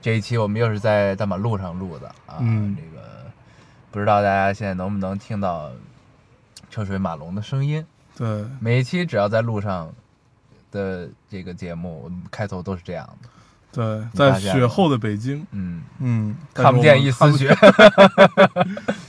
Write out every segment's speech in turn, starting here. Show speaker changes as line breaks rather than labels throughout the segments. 这一期我们又是在大马路上录的啊，
嗯
这个不知道大家现在能不能听到车水马龙的声音。
对，
每一期只要在路上的这个节目，我们开头都是这样的。
对，
发
在
现
雪
了
后的北京，
嗯，
嗯，但是
看不见一
我
丝
们
雪
看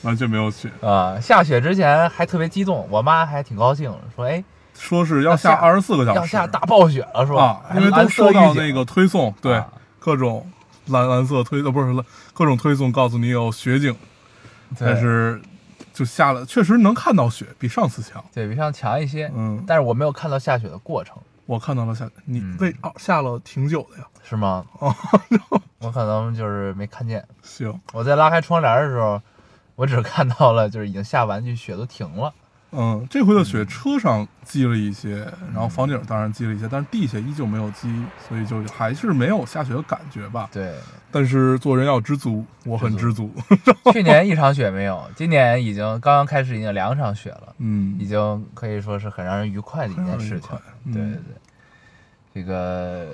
完全没有雪，
啊！下雪之前还特别激动，我妈还挺高兴，说：“哎，
说是要下
要下
二十四个小时，
要下大暴雪了，是吧
啊？”，因为都收
收
到那个推送，对
啊，
各种蓝蓝色推，呃，不是蓝各种推送告诉你有雪景，但是就下了，确实能看到雪，比上次强。
对比上强一些，
嗯，
但是我没有看到下雪的过程，
我看到了下，你
嗯
为哦下了挺久的呀。
是吗？
哦，
我可能就是没看见。
行，
我在拉开窗帘的时候，我只看到了就是已经下完，就雪都停了。
嗯，这回的雪车上积了一些，
嗯
然后房顶当然积了一些，但是地下依旧没有积，所以就还是没有下雪的感觉吧。
对，
但是做人要知足，我很知足。
去年一场雪没有，今年已经刚刚开始，已经两场雪了，已
嗯，
经可以说是很让人愉快的一件事情对
很。让人愉快嗯
对对，这个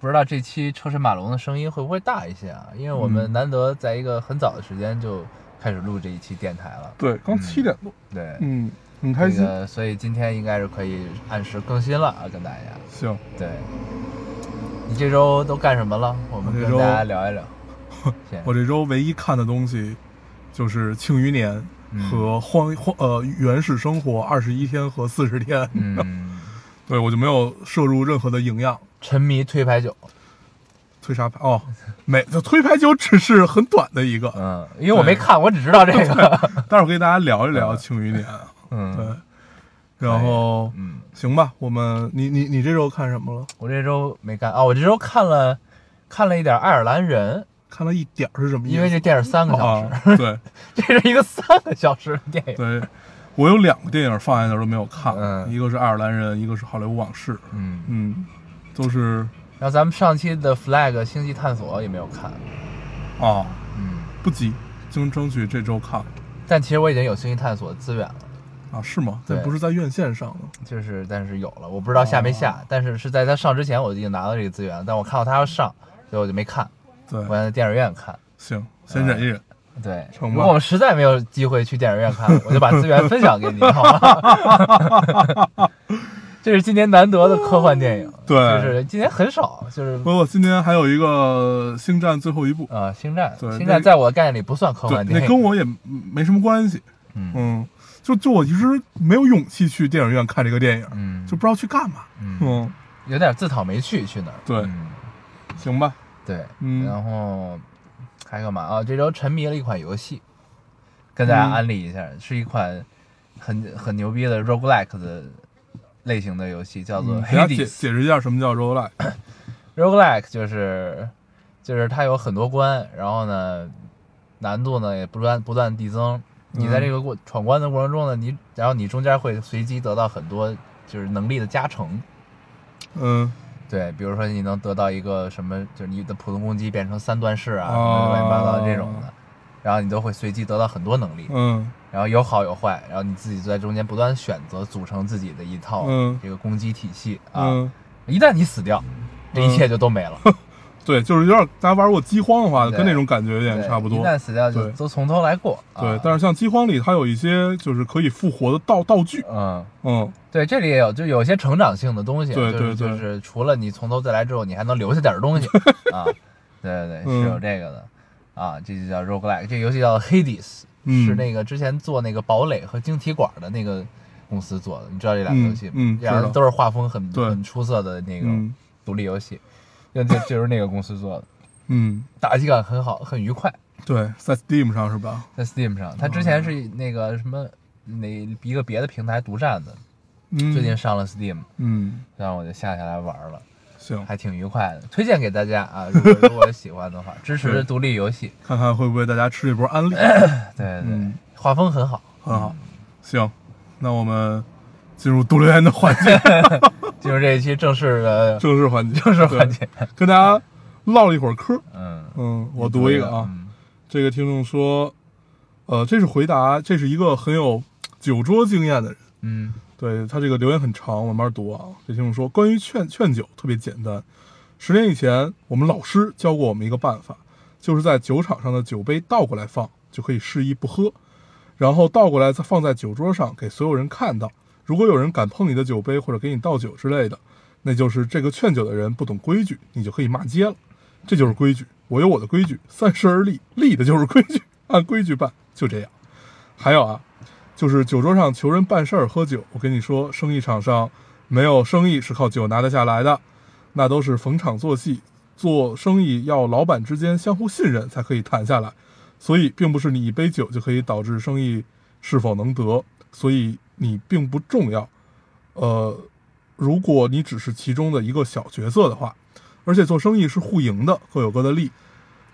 不知道这期车水马龙的声音会不会大一些啊？因为我们
嗯
难得在一个很早的时间就开始录这一期电台了。
对，刚七点多，
对，
嗯，很开心
这。个，所以今天应该是可以按时更新了啊，跟大家。
行，
对，你这周都干什么了？我们
我这
跟
周
大家聊一聊。先
我这周唯一看的东西就是《庆余年》
嗯
和《荒荒呃原始生活》二十一天和四十天，
嗯，
对我就没有摄入任何的营养。
沉迷推牌九。
推啥牌？ 哦，每就推牌九只是很短的一个，
嗯，因为我没看，我只知道这个。
待会儿跟大家聊一聊《庆余年》啊。对
嗯，
然后
嗯，
行吧，我们你你你这周看什么了？
我这周没干啊，我这周看了看了一点《爱尔兰人
看了一点儿是什么》，意思？
因为这电影三个小时，
啊，对
这是一个三个小时的电影。
对，我有两个电影放在那儿都没有看，
嗯
一个是《爱尔兰人》，一个是《好莱坞往事》，
嗯，
嗯，都是
然后咱们上期的《Flag 星际探索》也没有看。
啊，
嗯，
不急，争争取这周看
但其实我已经有《星际探索》的资源了。
啊，是吗？
对
但不是在院线上的，
就是但是有了，我不知道下没下，
哦
但是是在它上之前我就已经拿到这个资源，但我看到它要上，所以我就没看，我呃
对，
在电影院看。
行，先忍一忍，
对，
成
如
吧
果我们实在没有机会去电影院看，我就把资源分享给你，好吗？ 这是今年难得的科幻电影，
对
就是今年很少，就是
包括今天还有一个《星战》最后一部，
呃，星战，
对
星
那
战
个
在我的概念里不算科
对，
幻电
那
影，
跟我也没什么关系，
哦嗯
嗯，就就我一直没有勇气去电影院看这个电影，
嗯
就不知道去干嘛，
嗯
嗯，
有点自讨没趣去那儿，
对
嗯
行吧，
对，
嗯
然后还干嘛啊？这周沉迷了一款游戏，跟大家
嗯
安利一下，是一款很很牛逼的 roguelike 的类型的游戏，叫做
嗯给大家解
Hades。
解释一下什么 叫 roguelike，
roguelike 就是就是它有很多关，然后呢难度呢也不断不断递增。你在这个过闯关的过程中呢，你然后你中间会随机得到很多就是能力的加成。
嗯。
对，比如说你能得到一个什么，就是你的普通攻击变成三段式啊，什么
哦
乱七八糟这种的，然后你都会随机得到很多能力，
嗯
然后有好有坏，然后你自己就在中间不断选择，组成自己的一套
嗯
这个攻击体系啊。
嗯，
一旦你死掉，这一切就都没了，
对，就是有点大家玩过饥荒的话，
对
跟那种感觉有点
对
差不多
一。旦死掉就
对
都从头来过。
对
啊，、
但是像饥荒里，它有一些就是可以复活的道道具，
嗯。
嗯，
对，这里也有，就有些成长性的东西，啊
对
就是
对对
就是除了你从头再来之后，你还能留下点儿东 西啊，对对对，是有
嗯
这个的、啊，这就叫 roguelike，这游戏叫 Hades，、
嗯
是那个之前做那个堡垒和晶体管的那个公司做的，你知道这两个游戏吗？
嗯嗯
两
知
个
道
都是画风很
对
很出色的那个
嗯
独立游戏，就就就是那个公司做的，
嗯，
打击感很好，很愉快，
对，在 Steam 上是吧？
在 Steam 上，它之
哦
前是那个什么哪一个别的平台独占的，
嗯，
最近上了 Steam，
嗯
然后我就下下来玩了。
行，
还挺愉快的，推荐给大家啊！如果 如果喜欢的话，支持
是
独立游戏，
看看会不会大家吃一波安利，
对对对
嗯，
画风很好，
很好。行，那我们进入读留言的环节，
进入这一期正式的
正式环节，
正式环节，
对，跟大家唠了一会儿嗑。
嗯，
嗯，我读一个啊，
嗯，
这个听众说，呃，这是回答，这是一个很有酒桌经验的人。
嗯，
对他这个留言很长，我慢慢读啊。这听众说，关于劝劝酒特别简单。十年以前，我们老师教过我们一个办法，就是在酒场上的酒杯倒过来放，就可以示意不喝，然后倒过来再放在酒桌上给所有人看到。如果有人敢碰你的酒杯或者给你倒酒之类的，那就是这个劝酒的人不懂规矩，你就可以骂街了。这就是规矩，我有我的规矩，三十而立，立的就是规矩，按规矩办，就这样。还有啊，就是酒桌上求人办事儿喝酒，我跟你说，生意场上没有生意是靠酒拿得下来的，那都是逢场作戏。做生意要老板之间相互信任才可以谈下来，所以并不是你一杯酒就可以导致生意是否能得，所以你并不重要。呃，如果你只是其中的一个小角色的话，而且做生意是互赢的，各有各的利，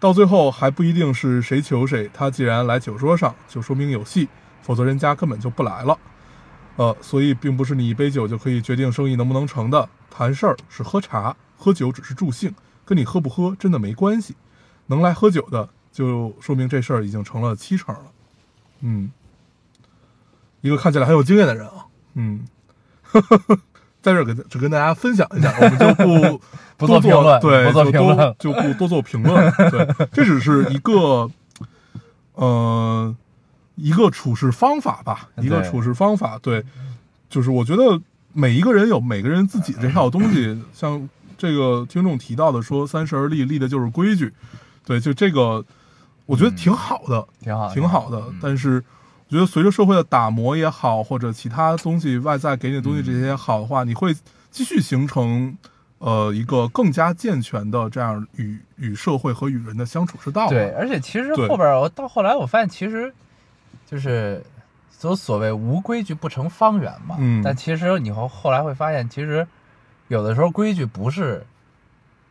到最后还不一定是谁求谁。他既然来酒桌上，就说明有戏，否则人家根本就不来了。呃，所以并不是你一杯酒就可以决定生意能不能成的。谈事儿是喝茶，喝酒只是助兴，跟你喝不喝真的没关系。能来喝酒的，就说明这事儿已经成了七成了。嗯，一个看起来很有经验的人啊，嗯， 在这儿给只跟大家分享 一下，我们就不
不做
多
评论
对，
不做
就
评
多
论
就不多做评论。对，这只是一个，呃，一个处事方法吧，一个
对
处事方法。对，就是我觉得每一个人有每个人自己这套东西，像这个听众提到的说“三十而立”，立的就是规矩。对，就这个，我觉得挺好的，
挺好，
挺好的。
嗯
但是我觉得随着社会的打磨也好，或者其他东西外在给你的东西
嗯
这些也好的话，你会继续形成呃一个更加健全的这样与与社会和与人的相处之道吧。
对，而且其实
对
后边儿我到后来我发现，其实就是所所谓无规矩不成方圆嘛。
嗯
但其实你后后来会发现，其实有的时候规矩不是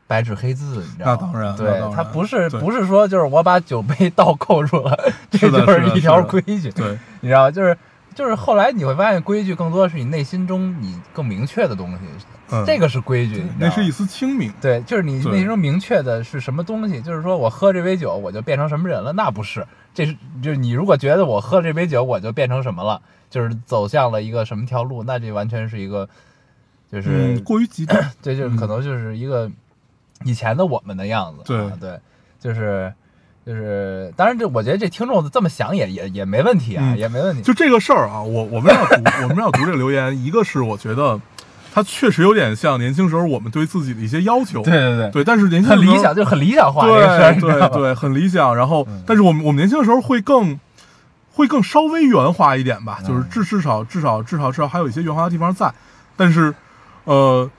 白纸黑字，你知道吗？
那当然那
对
当，然
它不是
对
不是说就是我把酒杯 倒扣住了，这
是的
就是
的
一条
是的
规矩，
对
你知道吗？就是。就是后来你会发现，规矩更多的是你内心中你更明确的东西，
嗯
这个是规矩。你知
那
道吗
是一丝清明。
对，就是你
对
内心中明确的是什么东西，就是说我喝这杯酒我就变成什么人了，那不是，这是就是你如果觉得我喝这杯酒我就变成什么了，就是走向了一个什么条路，那这完全是一个，就是、
嗯，过于极端。
这就是可能就是一个以前的我们的样子、啊，对，就是就是，当然这我觉得这听众这么想也也也没问题啊，
嗯
也没问题，
就这个事儿啊，我我们要读我们要读这个留言，一个是我觉得他确实有点像年轻时候我们对自己的一些要求。
对对对，
对，但是年轻
很
的时候
理想，就很理想化这个事儿，
对
你知道嗯
对
吧
对，很理想。然后，但是我们我们年轻的时候会更会更稍微圆滑一点吧，
嗯
就是至至少至少至少至少还有一些圆滑的地方在。但是，呃，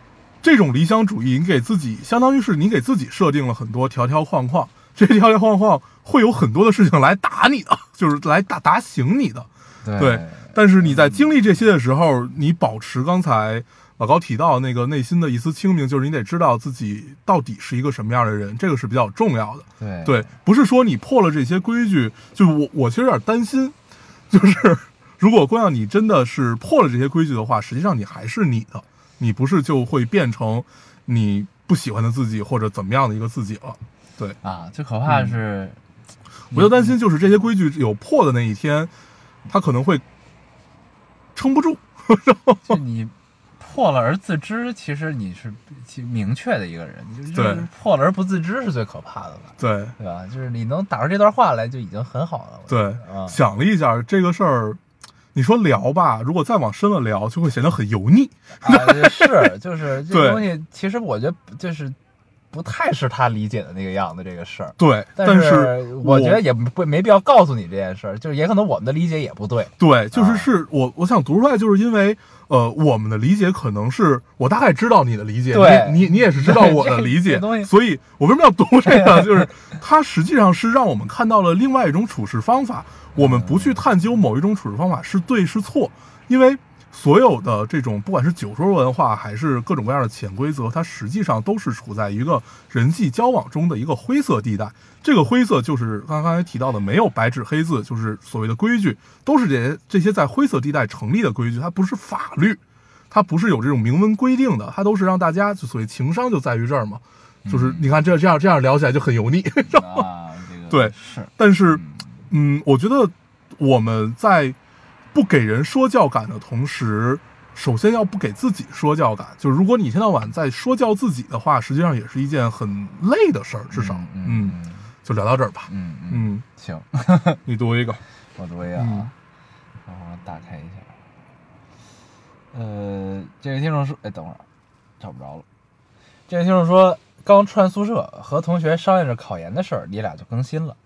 这种理想主义，你给自己相当于是你给自己设定了很多条条框框，这些条条框框会有很多的事情来打你的，就是来打打醒你的。
对
对，但是你在经历这些的时候，你保持刚才老高提到那个内心的一丝清明，就是你得知道自己到底是一个什么样的人，这个是比较重要的。
对
对，不是说你破了这些规矩，就我我其实有点担心， 就是如果光耀你真的是破了这些规矩的话，实际上你还是你的，你不是就会变成你不喜欢的自己或者怎么样的一个自己了。对，
啊，最可怕的是。
嗯我就担心就是这些规矩有破的那一天，他可能会撑不住。
就你破了而自知，其实你是其明确的一个人，你就就
对
是破了而不自知是最可怕的吧，
对，
对吧？就是你能打出这段话来就已经很好了。我觉得
对，
啊，
想了一下这个事儿，你说聊吧，如果再往深了聊，就会显得很油腻。
啊是 就是这
对
东西，其实我觉得就是不太是他理解的那个样子，这个事儿。
对，但
是
我
我觉得也不没必要告诉你这件事儿，就是也可能我们的理解也不对。
对，就
啊
是是我我想读出来，就是因为呃，我们的理解可能是我大概知道你的理解，
对
你你你也是知道我的理
这
解
东西，
所以我为什么要读这个？ 就是它实际上是让我们看到了另外一种处事方法，我们不去探究某一种处事方法是对是错，因为所有的这种不管是酒桌文化还是各种各样的潜规则，它实际上都是处在一个人际交往中的一个灰色地带。这个灰色就是刚刚才提到的，没有白纸黑字，就是所谓的规矩，都是这些这些在灰色地带成立的规矩，它不是法律，它不是有这种明文规定的，它都是让大家就所谓情商就在于这儿嘛。
嗯
就是你看这这样这样聊起来就很油腻，
啊，这个
对
是
但是，嗯，我觉得我们在不给人说教感的同时，首先要不给自己说教感。就如果你一天到晚在说教自己的话，实际上也是一件很累的事儿，至少，
嗯
嗯，就聊到这儿吧。
嗯嗯嗯，
嗯，
行，
你读一个，
我读一个
嗯
啊，然后打开一下。呃，这位听众说，哎，等会儿，找不着了。这位听众说，刚串宿舍，和同学商量着考研的事儿，你俩就更新了。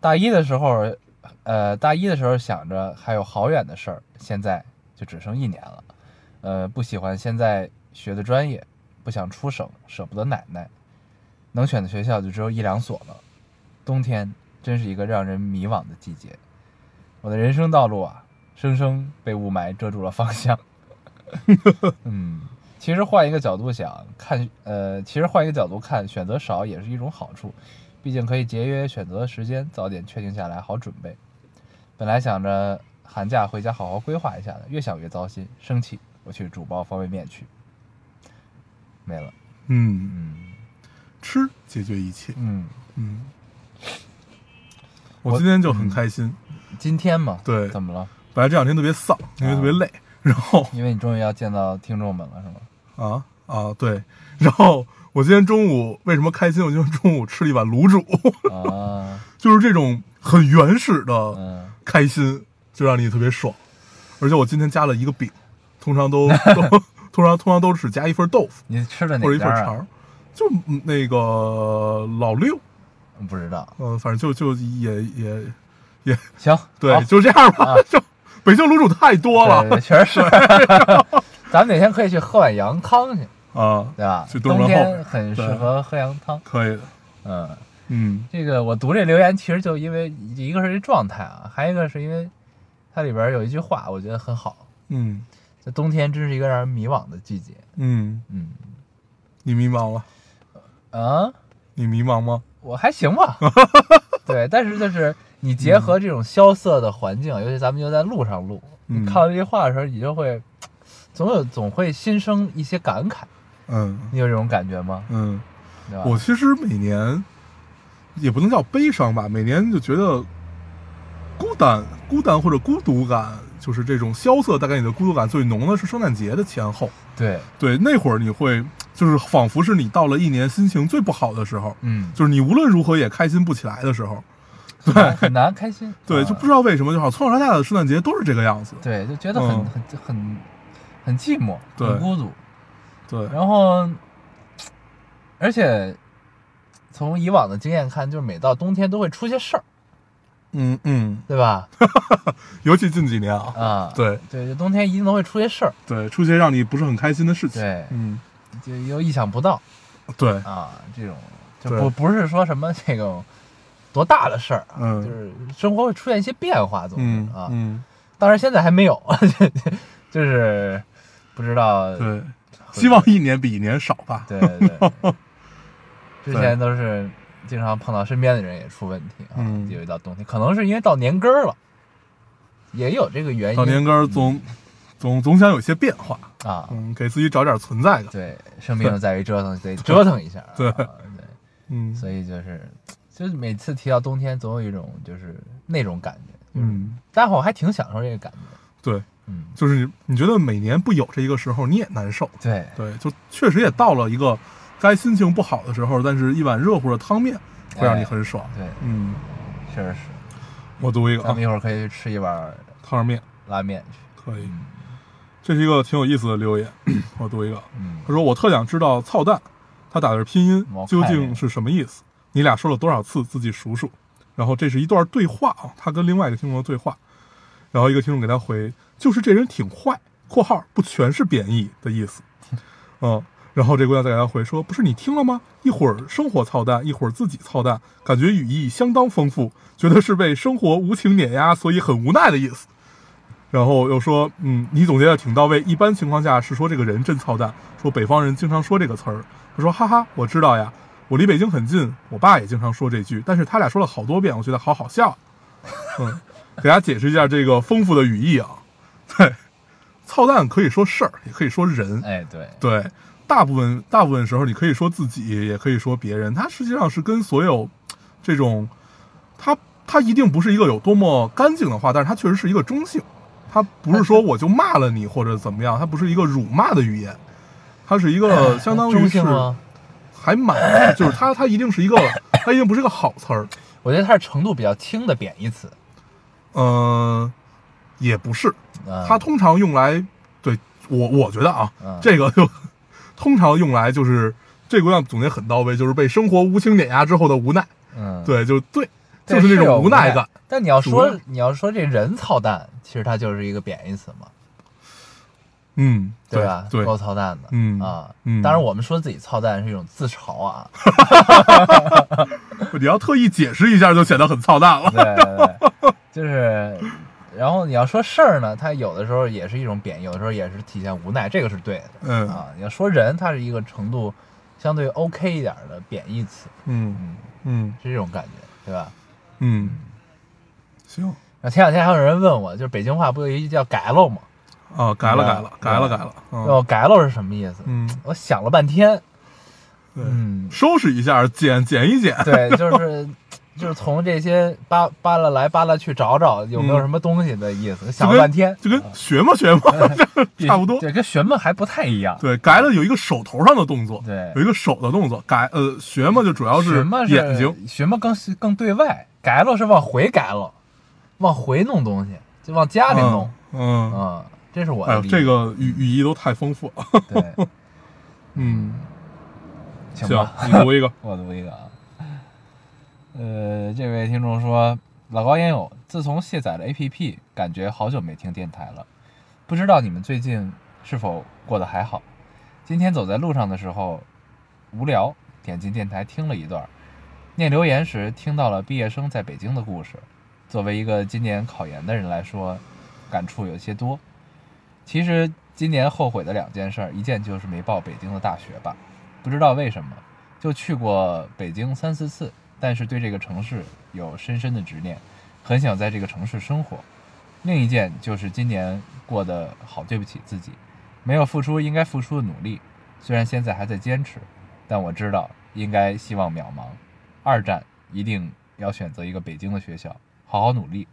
大一的时候，呃，大一的时候想着还有好远的事儿，现在就只剩一年了。呃，不喜欢现在学的专业，不想出省，舍不得奶奶。能选的学校就只有一两所了。冬天真是一个让人迷惘的季节。我的人生道路啊，生生被雾霾遮住了方 向。嗯，其实换一个角度想，看呃，其实换一个角度看，选择少也是一种好处，毕竟可以节约选择时间，早点确定下来，好准备。本来想着寒假回家好好规划一下的，越想越糟心，生气，我去煮包方便面去。没了，
嗯，
嗯
吃解决一切，
嗯，
嗯。我今天就很开心，
今天嘛，
对
怎么了？
本来这两天特别丧，
啊
因为特别累，然后
因为你终于要见到听众们了，是吗？
啊啊对，然后我今天中午为什么开心？我今天中午吃了一碗卤煮，
啊，
就是这种很原始的
嗯，
开心，就让你特别爽。而且我今天加了一个饼，通常 都都通常通常都只加一份豆腐
你吃的
或
哪
者一份
家啊？
肠儿，就嗯那个老六，
不知道。
嗯、反正就就也也
行，
对
好，
就这样吧。
啊
就北京卤煮太多
对
了
对确实是。 咱们哪天可以去喝碗羊汤去，
啊，
对吧？
去东
冬
门后
天很适合喝羊汤。
可以的，
嗯，
嗯
这个我读这留言，其实就因为一个是这状态啊，还有一个是因为它里边有一句话，我觉得很好。
嗯
这冬天真是一个让人迷惘的季节。
嗯，
嗯
你迷茫了？
啊，
你迷茫吗？
我还行 吧。对，但是就是你结合这种萧瑟的环境，尤其咱们又在路上录，
嗯
你看到这句话的时候，你就会总有总会心生一些感慨。
嗯
你有这种感觉吗？
嗯。
对吧？
我其实每年也不能叫悲伤吧，每年就觉得孤单、孤单或者孤独感，就是这种萧瑟带给你的孤独感最浓的是圣诞节的前后。
对，
对，那会儿你会就是仿佛是你到了一年心情最不好的时候，
嗯，
就是你无论如何也开心不起来的时候。
很难很难开心，
对，
啊
就不知道为什么，就好像从小到大的圣诞节都是这个样子。
对，就觉得很、
嗯
很很很寂寞，
对
很孤独。
对，
然后，而且从以往的经验看，就是每到冬天都会出些事儿，
嗯嗯，
对吧？
尤其近几年啊，
啊，
对
对，就冬天一定都会出些事儿，
对，出些让你不是很开心的事情。
对
嗯，
就又意想不到
对，
啊，这种就
对
不不是说什么这种多大的事儿啊，
嗯
就是生活会出现一些变化，总
嗯
是啊，
嗯，
当然现在还没有， 就是不知道。
对，希望一年比一年少吧。
呃对对对， 之前都是经常碰到身边的人也出问题啊，
嗯
有一到冬天，可能是因为到年根儿了，也有这个原因。
到年根儿总总总想有些变化，
嗯啊，
嗯，给自己找点存在感。
对，生命在于折腾，得折腾一下啊、
对
对，
嗯
所以就是就是每次提到冬天，总有一种就是那种感觉。
嗯，
但我还挺享受这个感觉。
对，
嗯，
就是你你觉得每年不有这一个时候，你也难受。
对，
对，就确实也到了一个该心情不好的时候，但是一碗热乎的汤面会让你很爽。
对，
嗯，
确实是。
我读一个
咱
啊
们，一会儿可以去吃一碗
汤面
拉面去。
可以。
嗯
这是一个挺有意思的留言， 我读一个。啊
嗯
他说：“我特想知道‘操蛋’，他打的是拼音
毛，看
究
呀
竟是什么意思？你俩说了多少次？自己数数。”然后这是一段对话啊，他跟另外一个听众的对话。然后一个听众给他回：“就是这人挺坏。”（括号不全是贬义的意思。）嗯，然后这姑娘再给他回说：“不是你听了吗？一会儿生活操蛋，一会儿自己操蛋，感觉语义相当丰富，觉得是被生活无情碾压，所以很无奈的意思。”然后又说，嗯，你总结的挺到位。一般情况下是说这个人真操蛋，说北方人经常说这个词儿。他说，哈哈，我知道呀，我离北京很近，我爸也经常说这句，但是他俩说了好多遍，我觉得好好笑。 嗯，给大家解释一下这个丰富的语义啊。对，操蛋可以说事儿，也可以说人。
哎，对，
对，大部分大部分时候，你可以说自己，也可以说别人，它实际上是跟所有这种，它它一定不是一个有多么干净的话，但是它确实是一个中性，它不是说我就骂了你或者怎么样，它不是一个辱骂的语言，它是一个相当于
哎中
是
性吗？
还蛮，就是它它一定是一个，它一定不是个好词儿，
我觉得它是程度比较轻的贬义词。
嗯、也不是，
嗯、
它通常用来，对我我觉得啊，
嗯
这个 就通常用来就是这个姑娘总结很到位，就是被生活无情碾压之后的无奈，
嗯，
对，就对，
对，
就是那
有
种
无
奈感。。
但你要说
主
你要说这人操蛋，其实它就是一个贬义词嘛，
嗯，对
吧？
对，
够操蛋的，
嗯
啊，
嗯
当然我们说自己操蛋是一种自嘲啊，
你要特意解释一下，就显得很操蛋了。
对对对， 就是，然后你要说事儿呢，它有的时候也是一种贬义，有的时候也是体现无奈，这个是对的。
嗯
啊，你要说人，它是一个程度相对 OK 一点儿的贬义词，
嗯
嗯，
嗯
是这种感觉，对吧？
嗯，行
那前两天还有人问我，就是北京话不有一句叫“改喽”吗？
啊，改了
对
改
吧
了，改了改了，嗯
哦，“改喽”是什么意思？
嗯，
我想了半天，
对，，
嗯
收拾一下，剪剪一剪，
对，就是就是从这些扒扒拉来扒拉去找找有没有
嗯
什么东西的意思，
就
想了
跟
半天，啊
就跟学嘛 学嘛，差不多。
对，跟学们还不太一样。
对，改了有一个手头上的动作，
对
有一个手的动作，改呃学嘛就主要
什么是
眼睛，，
什么更更对外，改了是往回改了，往回弄东西，就往家里弄
嗯，嗯，
嗯，这是我
哎
的
呦，
理解
这个语语义都太丰富了，
对，
嗯，
行
行
吧，，
你读一个，
我读一个啊。呃，这位听众说，老高烟友，自从卸载了 APP，感觉好久没听电台了。不知道你们最近是否过得还好？今天走在路上的时候，无聊，点进电台听了一段儿。念留言时听到了毕业生在北京的故事，作为一个今年考研的人来说，感触有些多。其实今年后悔的两件事儿，一件就是没报北京的大学吧，不知道为什么，就去过北京三四次，但是对这个城市有深深的执念，很想在这个城市生活。另一件就是今年过得好对不起自己，没有付出应该付出的努力，虽然现在还在坚持，但我知道应该希望渺茫。二战一定要选择一个北京的学校，好好努力。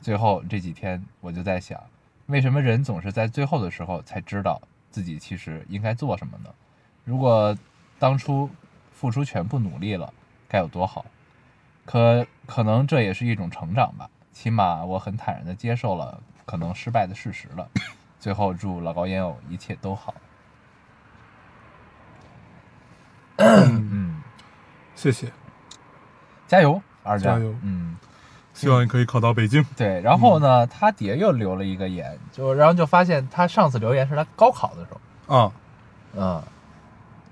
最后这几天我就在想，为什么人总是在最后的时候才知道自己其实应该做什么呢？如果当初付出全部努力了，该有多好！可可能这也是一种成长吧，起码我很坦然地接受了可能失败的事实了。最后祝老高烟友一切都好。嗯，
谢 谢，
加油，二战！
加油
嗯，
希望你可以考到北京，
对。然后呢，他底下又留了一个言，就然后就发现他上次留言是他高考的时候，
啊
嗯，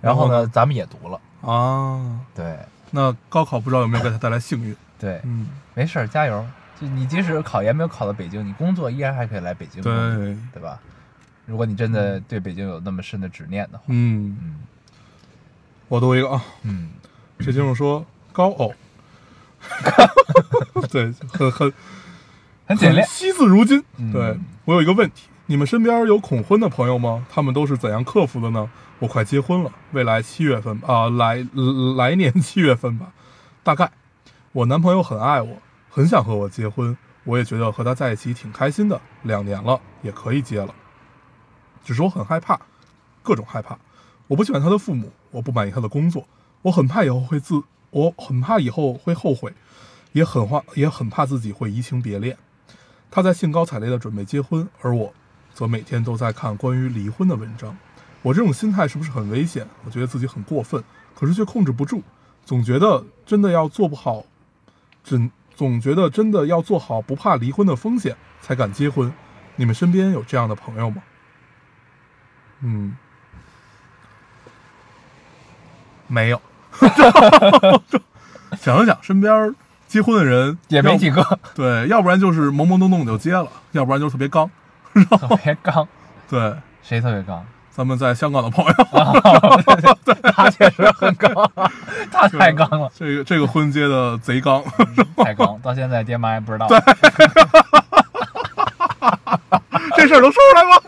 然
然
后
后
呢
呢，咱们也读了，
啊，
对
那高考不知道有没有给他带来幸 运，
对，
嗯，
没事儿，加油！就你即使考研没有考到北京，你工作依然还可以来北京工作，
对，
对吧？如果你真的对北京有那么深的执念的话，
嗯，
嗯
我读一个啊，
嗯，
这听众说 高偶，对，很很
很简练。
惜字如金。
嗯
对我有一个问题，你们身边有恐婚的朋友吗？他们都是怎样克服的呢？我快结婚了，未来七月份啊、来来年七月份吧，大概。我男朋友很爱我，很想和我结婚，我也觉得和他在一起挺开心的，两年了也可以结了。只是我很害怕，各种害怕。我不喜欢他的父母，我不满意他的工作，我很怕以后会自，我很怕以后会后悔，也很怕也很怕自己会移情别恋。他在兴高采烈地准备结婚，而我则每天都在看关于离婚的文章。我这种心态是不是很危险？我觉得自己很过分，可是却控制不住，总觉得真的要做不好，真总觉得真的要做好不怕离婚的风险才敢结婚。你们身边有这样的朋友吗？嗯，没有。 想了想，身边结婚的人
也没
要
几个，
对，要不然就是懵懵懂懂就接了，要不然就是特别刚。
特别刚，
对，
谁特别刚？
咱们在香港的朋友，
他确实很 刚，他 太刚了，
这个这个婚接的贼刚，
太刚，到现在爹妈还不知道。
这事儿能说出来吗？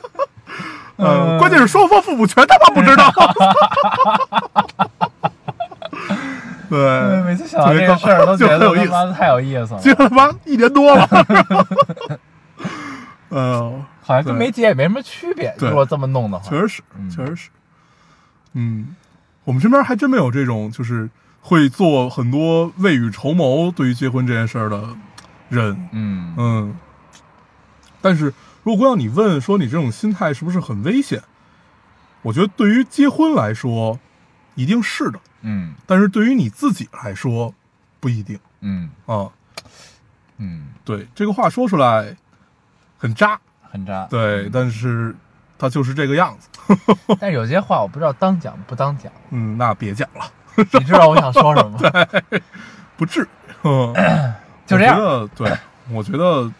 嗯，关键是双方父母全他妈不知道。
对，
对，
每次想到这个事儿都觉
就
得
很有
他
意思，
妈的太有意思了，
结了他妈一年多 了。 哎呦，
好像跟没结也没什么区别。
对
如果这么弄的话，
确实是，确实是。嗯，我们身边还真没有这种就是会做很多未雨绸缪对于结婚这件事儿的人。
嗯，
嗯，但是如果要你问说你这种心态是不是很危险，我觉得对于结婚来说一定是的，
嗯
但是对于你自己来说不一定
嗯
啊。
嗯，
对，这个话说出来很渣，
很渣。
对，但是它就是这个样子。
但有些话我不知道当讲不当讲，
嗯，那别讲了，
你知道我想说什么吗？
不至于。嗯
就这样
我觉得对，我觉得，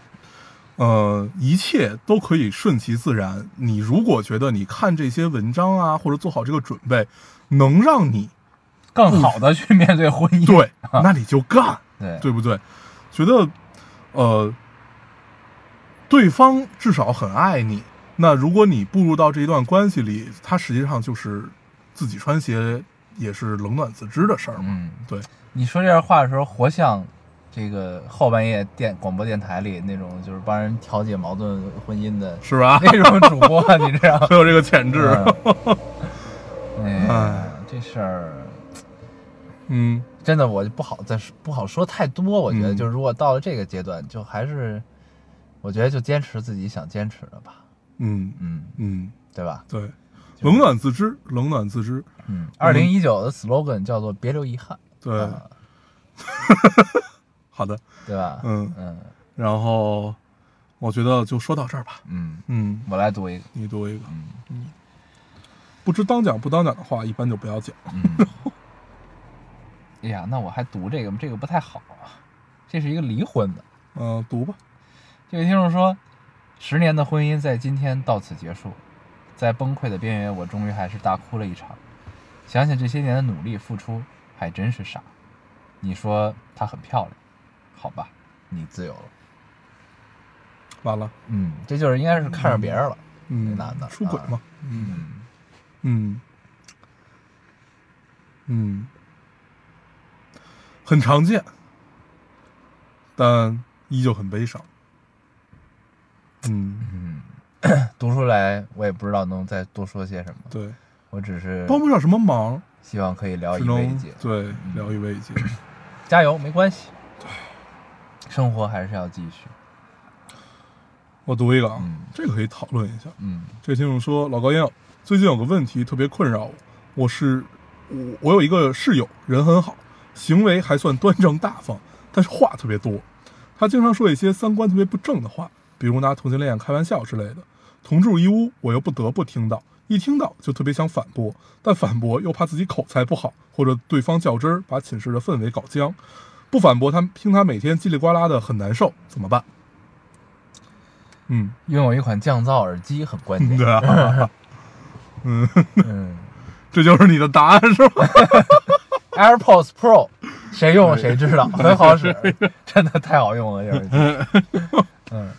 呃，一切都可以顺其自然。你如果觉得你看这些文章啊，或者做好这个准备，能让你
更好的去面对婚姻。
对，那你就干，
对
对不对？觉得，呃，对方至少很爱你。那如果你步入到这一段关系里，他实际上就是自己穿鞋也是冷暖自知的事儿嘛。
嗯，
对，
你说这段话的时候，活像这个后半夜电广播电台里那种就是帮人调解矛盾婚姻 的
是吧？
那种主播，你知道吗？
很有这个潜质。
嗯哎呀
哎，
这事儿
嗯，
真的我就不好再说不好说太多。我觉得
嗯
就是如果到了这个阶段，就还是我觉得就坚持自己想坚持的吧，
嗯
嗯，
嗯，
对吧？
对，冷暖自知，冷暖自知。
嗯，二零一九的 slogan 叫做“别留遗憾
对，
啊
好的，”，
对吧？
嗯
嗯
然后我觉得就说到这儿吧。
嗯，
嗯，
我来读一个，
你读一个，
嗯
不知当讲不当讲的话，一般就不要讲。
嗯，哎呀，那我还读这个吗？这个不太好啊，这是一个离婚的。
嗯、读吧。
这位听众说，十年的婚姻在今天到此结束，在崩溃的边缘，我终于还是大哭了一场。想想这些年的努力付出，还真是傻。你说她很漂亮，好吧，你自由了。
完了，
嗯，这就是应该是看上别人了。
嗯，
男的
出轨嘛？嗯
嗯，
嗯嗯，很常见，但依旧很悲伤。嗯，
读出来我也不知道能再多说些什么，
对，
我只是
帮不上什么忙，
希望可以聊
只
以慰
能
藉。
对
嗯
聊以慰藉。
加油，没关系。生活还是要继续。
我读一个啊，
嗯
这个可以讨论一下。
嗯
这个听众说，老高烟友，最近有个问题特别困扰我，我是我我有一个室友，人很好，行为还算端正大方，但是话特别多。他经常说一些三观特别不正的话，比如拿同性恋开玩笑之类的。同住一屋，我又不得不听到，一听到就特别想反驳，但反驳又怕自己口才不好，或者对方较真儿，把寝室的氛围搞僵。不反驳他，听他每天叽里呱啦的很难受，怎么办？嗯，
拥有一款降噪耳机很关键。
对 啊，
嗯
这就是你的答案是吧？
，AirPods Pro，谁用谁知道，很好使， 真的太好用了这耳机。 嗯，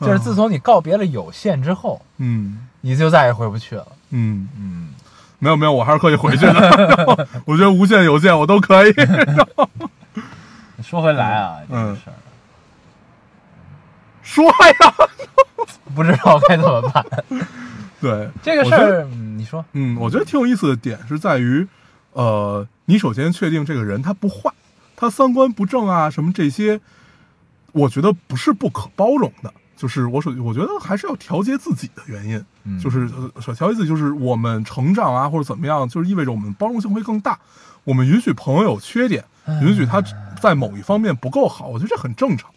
就是自从你告别了有线之后，
嗯
你就再也回不去了。
嗯，
嗯，
没有没有，我还是可以回去的。 我觉得无限有限我都可以。
说回来啊，这个
嗯
事儿
说呀，
嗯不知道该怎么 办。
对
这个事，
我觉得
儿，嗯你说，
嗯，我觉得挺有意思的点是在于，呃，你首先确定这个人他不坏，他三观不正啊，什么这些，我觉得不是不可包容的。就是我首，我觉得还是要调节自己的原因，
嗯
就是呃调节自己，就是我们成长啊，或者怎么样，就是意味着我们包容性会更大，我们允许朋友有缺点，允许他在某一方面不够好，我觉得这很正常。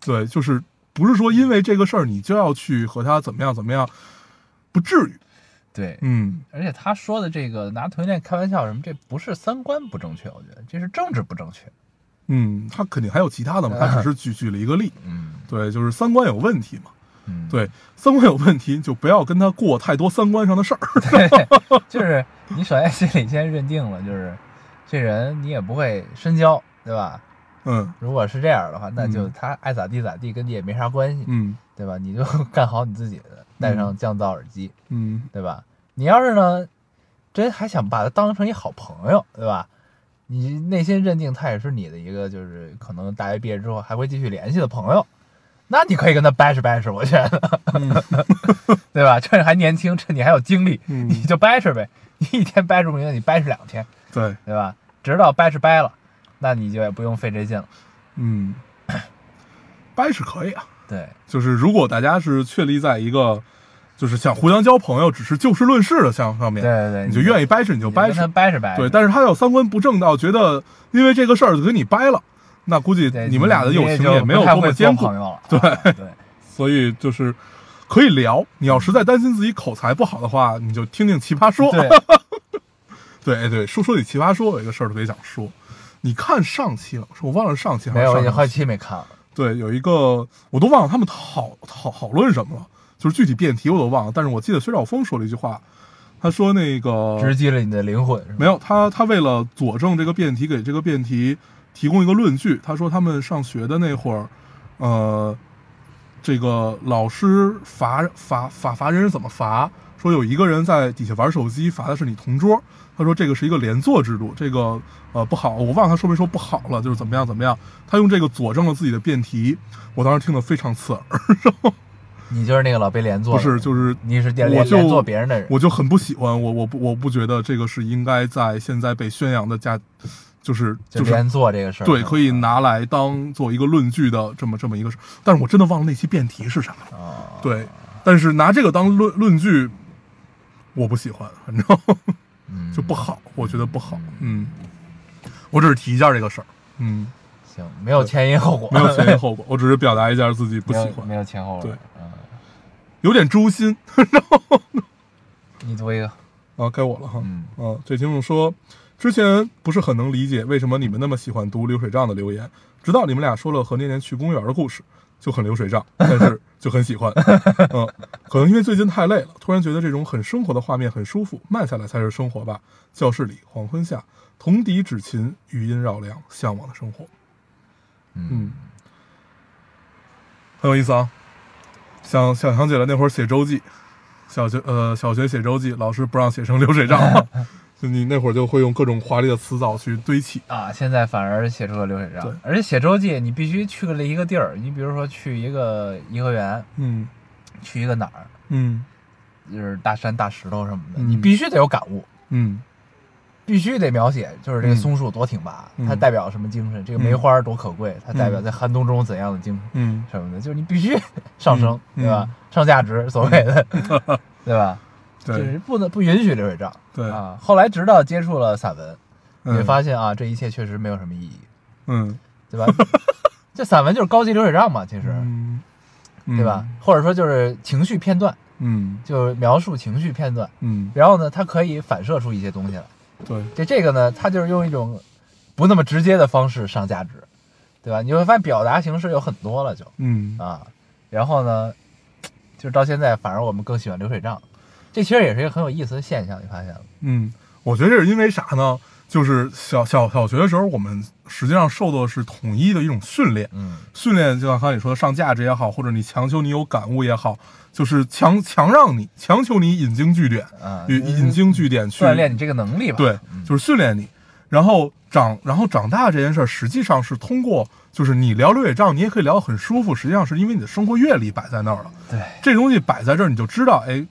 对，就是不是说因为这个事儿你就要去和他怎么样怎么样，不至于。
对，
嗯，
而且他说的这个拿同性恋开玩笑什么，这不是三观不正确，我觉得这是政治不正确。啊
嗯，他肯定还有其他的嘛，他只是举举了一个例，
嗯
对，就是三观有问题嘛。
嗯，
对，三观有问题就不要跟他过太多三观上的事儿。
对，就是你首先心里先认定了，就是这人你也不会深交，对吧？
嗯
如果是这样的话，那就
嗯
他爱咋地咋地，跟你也没啥关系，
嗯
对吧？你就 干好你自己的，戴上降噪耳机，
嗯
对吧？你要是呢，真还想把他当成一好朋友，对吧？你内心认定他也是你的一个，就是可能大学毕业之后还会继续联系的朋友，那你可以跟他掰扯掰扯，我觉得，
嗯
对吧？趁着还年轻，趁你还有精力，
嗯
你就掰扯呗。你一天掰扯不明白，你掰扯两天，
对，
对吧？直到掰扯掰了，那你就也不用费这劲了。
嗯，掰是可以啊，
对，
就是如果大家是确立在一个就是想互相交朋友，只是就事论事的项上面，
对对对，
你就愿意掰扯你就
就
掰
跟他
扯，
掰扯掰扯。
对。但是他要三观不正到觉得因为这个事儿就跟你掰了，那估计
对
你们俩的友情也没有多么坚固
朋，友了。
对
啊对，
所以就是可以聊。你要实在担心自己口才不好的话，你就听听奇葩 说。
对，
对哎对，说说起奇葩说，我有一个事儿特别想说。你看上期了，是我忘了上期还
没
是
有，我已经
上
好
期。
期没看了。
对，有一个我都忘了他们讨讨讨论什么了，就是具体辩题我都忘了。但是我记得薛兆丰说了一句话，他说那个
直击了你的灵魂，是吧
没有，他他为了佐证这个辩题，给这个辩题提供一个论据。他说他们上学的那会儿，呃，这个老师罚罚罚罚人是怎么罚？说有一个人在底下玩手机，罚的是你同桌。他说这个是一个连坐制度，这个呃不好，我忘了他说没说不好了，就是怎么样怎么样。他用这个佐证了自己的辩题，我当时听得非常刺耳，
你就是那个老被连坐
不
的，
是就是
你是连
我
连
就
连坐别人的人，
我就很不喜欢，我我不我不觉得这个是应该在现在被宣扬的价，就是
就是连坐这个事儿，嗯
对，可以拿来当做一个论据的这么这么一个事儿。但是我真的忘了那期辩题是啥了。
啊，
对，但是拿这个当论论据，我不喜欢，反正
嗯
就不好，我觉得不好。嗯，我只是提一下这个事儿，嗯，
行，没有前因后果，
没有前 因后果，我只是表达一下自己不
没
喜
有没
欢，
有前后果，
对
嗯，
有点诛心。
你读一个，
啊，该我了哈。
嗯
啊，这听众说，之前不是很能理解为什么你们那么喜欢读流水账的留言，直到你们俩说了和年年去公园的故事，就很流水账，但是就很喜欢。 嗯，可能因为最近太累了，突然觉得这种很生活的画面很舒服，慢下来才是生活吧。教室里，黄昏下，铜笛指琴，余音绕梁，向往的生活。嗯，很有意思啊。想想想起来那会儿写周记，小学呃小学写周记，老师不让写成流水账， 就你那会儿就会用各种华丽的词藻去堆砌。
啊，现在反而写出了流水
对
账，而且写周记你必须去了一个地儿，你比如说去一个颐和园，
嗯
去一个哪儿，
嗯
就是大山大石头什么的，
嗯
你必须得有感悟。
嗯
必须得描写，就是这个
嗯
松树多挺拔，
嗯
它代表什么精神？这个梅花儿多可贵，它代表在寒冬中怎样的精神？
嗯，
什么的，就是你必须 上升，
嗯
对吧？上价值，所谓的， 对吧？就是
对
不能不允许流水账。
对
啊，后来直到接触了散文，你会
嗯
发现啊，这一切确实没有什么意义，
嗯
对吧？ 这散文就是高级流水账嘛，其实，
嗯，
对吧？或者说就是情绪片段，
嗯？
就是描述情绪片段，
嗯嗯，
然后呢，它可以反射出一些东西来。
对，
对这个呢，它就是用一种不那么直接的方式上价值，对吧？你会发现表达形式有很多了就，
嗯
啊，然后呢，就是到现在，反而我们更喜欢流水账，这其实也是一个很有意思的现象，你发现了吗？
嗯，我觉得这是因为啥呢？就是小小小学的时候，我们实际上受到的是统一的一种训练，
嗯，
训练就像刚才你说的上价值也好，或者你强求你有感悟也好，就是强强让你强求你引经据典，
啊
与
就是
引经据典去
锻炼你这个能力吧。嗯
对，就是训练你。然后长，然后长大这件事儿，实际上是通过，就是你聊流水账，你也可以聊得很舒服。实际上是因为你的生活阅历摆在那儿了，
对，
这东西摆在这儿，你就知道，哎，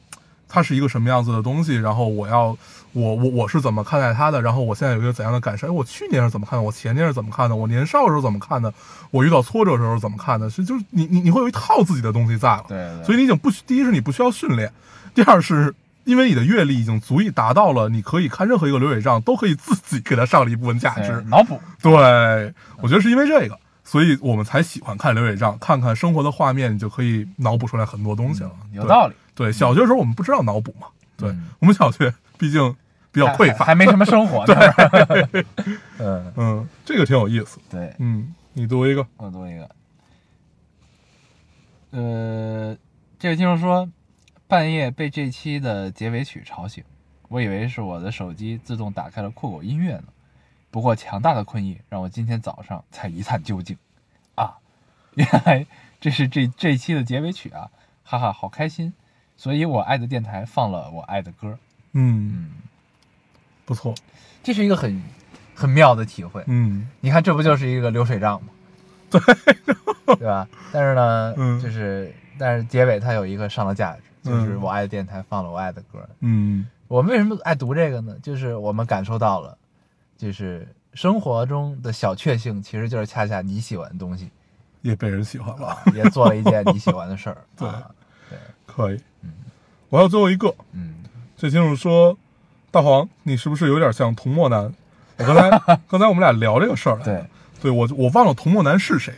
它是一个什么样子的东西。然后我要，我我我是怎么看待它的？然后我现在有一个怎样的感受？哎，我去年是怎么看的？我前年是怎么看的？我年少的时候怎么看的？我遇到挫折的时候是怎么看的？是就是你你你会有一套自己的东西在了，
对对对
所以你已经不需第一是你不需要训练，第二是因为你的阅历已经足以达到了，你可以看任何一个流水账都可以自己给它上了一部分价值嗯
对，。脑补。
对，我觉得是因为这个，所以我们才喜欢看流水账，看看生活的画面，你就可以脑补出来很多东西了。
嗯有道理，
对，小学的时候我们不知道脑补嘛，对、
嗯
我们小学毕竟比较匮
还
乏。
还没什么生活，对吧？ 嗯，
嗯，这个挺有意思。
对，
嗯，你读一个。
我读一个，呃，这位听众说，半夜被这期的结尾曲吵醒，我以为是我的手机自动打开了酷狗音乐呢。不过强大的困意让我今天早上才一探究竟，啊， 原来这是这这期的结尾曲啊，哈哈，好开心。所以我爱的电台放了我爱的歌，
嗯，
嗯，
不错，
这是一个很很妙的体会。
嗯
你看，这不就是一个流水账吗？对，对吧？但是呢，
嗯
就是但是结尾它有一个上了价值，就是
嗯
我爱的电台放了我爱的歌。
嗯
我们为什么爱读这个呢？就是我们感受到了，就是生活中的小确幸，其实就是恰恰你喜欢的东西，
也被人喜欢了，
也做了一件你喜欢的事儿。
对
啊，对，
可以
嗯。
我还有最后一个，
嗯，
这听众说，大黄，你是不是有点像童漠男？我刚 才刚才我们俩聊这个事儿来着，
对，
对我我忘了童漠男是谁，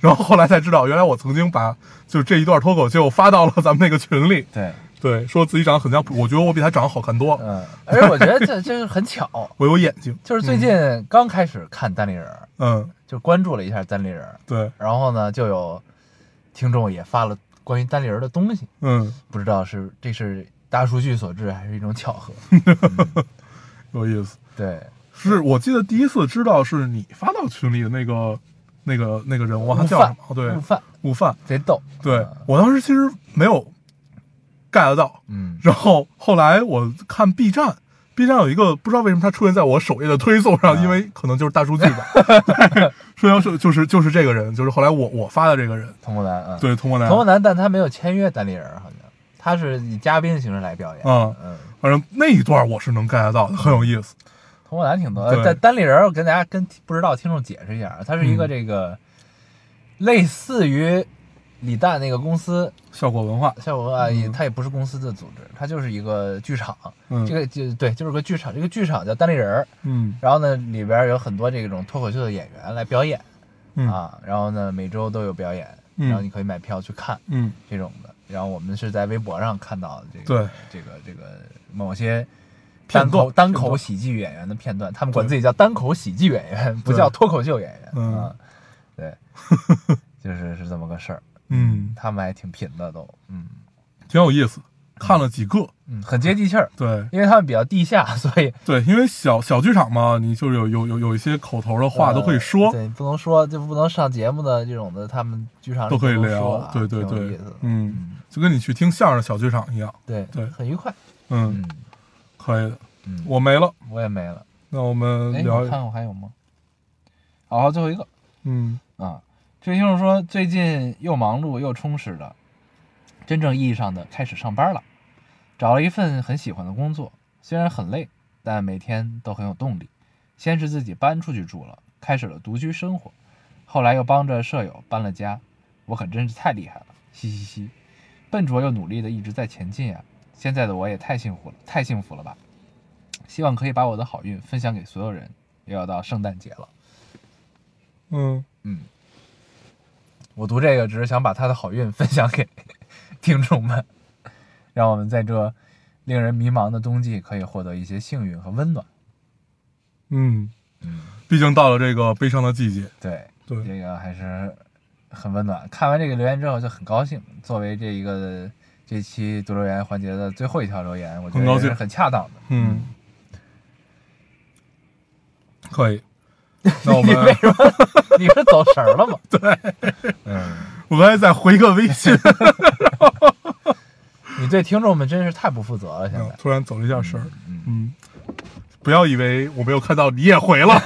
然后后来才知道，原来我曾经把就这一段脱口秀发到了咱们那个群里，
对，
对，说自己长得很像，我觉得我比他长得好看多了，
嗯，而且我觉得这这是很巧，
我有眼睛，
就是最近刚开始看单立人儿，
嗯，
就关注了一下单立人儿，
对，
然后呢，就有听众也发了关于单立人的东西，
嗯，
不知道是这是大数据所致，还是一种巧 合。
有意思。
对，
是我记得第一次知道是你发到群里的那个那个那个人，我还叫什么？哦对
午，饭
午饭。
贼逗。
对
嗯
我当时其实没有 get 到，
嗯，
然后后来我看 B 站。B 站有一个不知道为什么它出现在我首页的推送上，
啊
因为可能就是大数据吧。 说要是就是就是这个人，就是后来我我发的这个人，
童国男啊，嗯，
对，通过大
童国男，但他没有签约单立人儿，好像他是以嘉宾形式来表演。
嗯
嗯，
反正那一段我是能 get 到的，很有意思。
童国男挺逗。
对
但单立人儿，我跟大家跟不知道听众解释一下啊，他是一个
嗯
这个类似于李诞那个公司，
效果文化，
效果文化也，
嗯
它也不是公司的组织，它就是一个剧场。
嗯
这个就对，就是个剧场。这个剧场叫单立人儿，
嗯
然后呢，里边有很多这种脱口秀的演员来表演、
嗯
啊。然后呢，每周都有表演，
嗯
然后你可以买票去看
嗯
这种的。然后我们是在微博上看到的这个
对
这个这个某些
片
单
段
口单
片
口
段
喜剧演员的片段，他们管自己叫单口喜剧演员，不叫脱口秀演员
嗯
啊。 对，就是是这么个事儿。
嗯，
他们还挺贫的都，嗯。
挺有意思。看了几个，
嗯，很接地气儿，
对
因为他们比较地下，所以
对，因为小小剧场嘛，你就是有有有有一些口头的话
呃
都可以说，
对，不能说就不能上节目的这种的，他们剧场里
都可以
不能说
聊
啊，
对对
挺有意
对
思的，
嗯，就跟你去听相声小剧场一样，
对
对
很愉快。
嗯，
嗯
可以的。
嗯，
我没了，
我也没了。
那我们
哎，
聊
我
一，
看我还有吗？好，最后一个
嗯
啊，这位听众说最近又忙碌又充实的，真正意义上的开始上班了，找了一份很喜欢的工作，虽然很累，但每天都很有动力。先是自己搬出去住了，开始了独居生活，后来又帮着舍友搬了家，我可真是太厉害了，嘻嘻嘻，笨拙又努力的一直在前进啊！现在的我也太幸福了，太幸福了吧！希望可以把我的好运分享给所有人。又要到圣诞节了，
嗯，
嗯，我读这个只是想把他的好运分享给听众们，让我们在这令人迷茫的冬季可以获得一些幸运和温暖。
嗯，
嗯，
毕竟到了这个悲伤的季节，
对，
对，
这个还是很温暖。看完这个留言之后就很高兴。作为这一个这期读留言环节的最后一条留言，我觉得
很高
也是
兴
很恰当的。
嗯，可以。那我
你
们
为什么？你是走神儿了吗？对，嗯，
我刚才在回个微 信，
你对听众们真是太不负责了。现在，
嗯突然走了一下神儿，
嗯，
嗯，不要以为我没有看到你也回 了，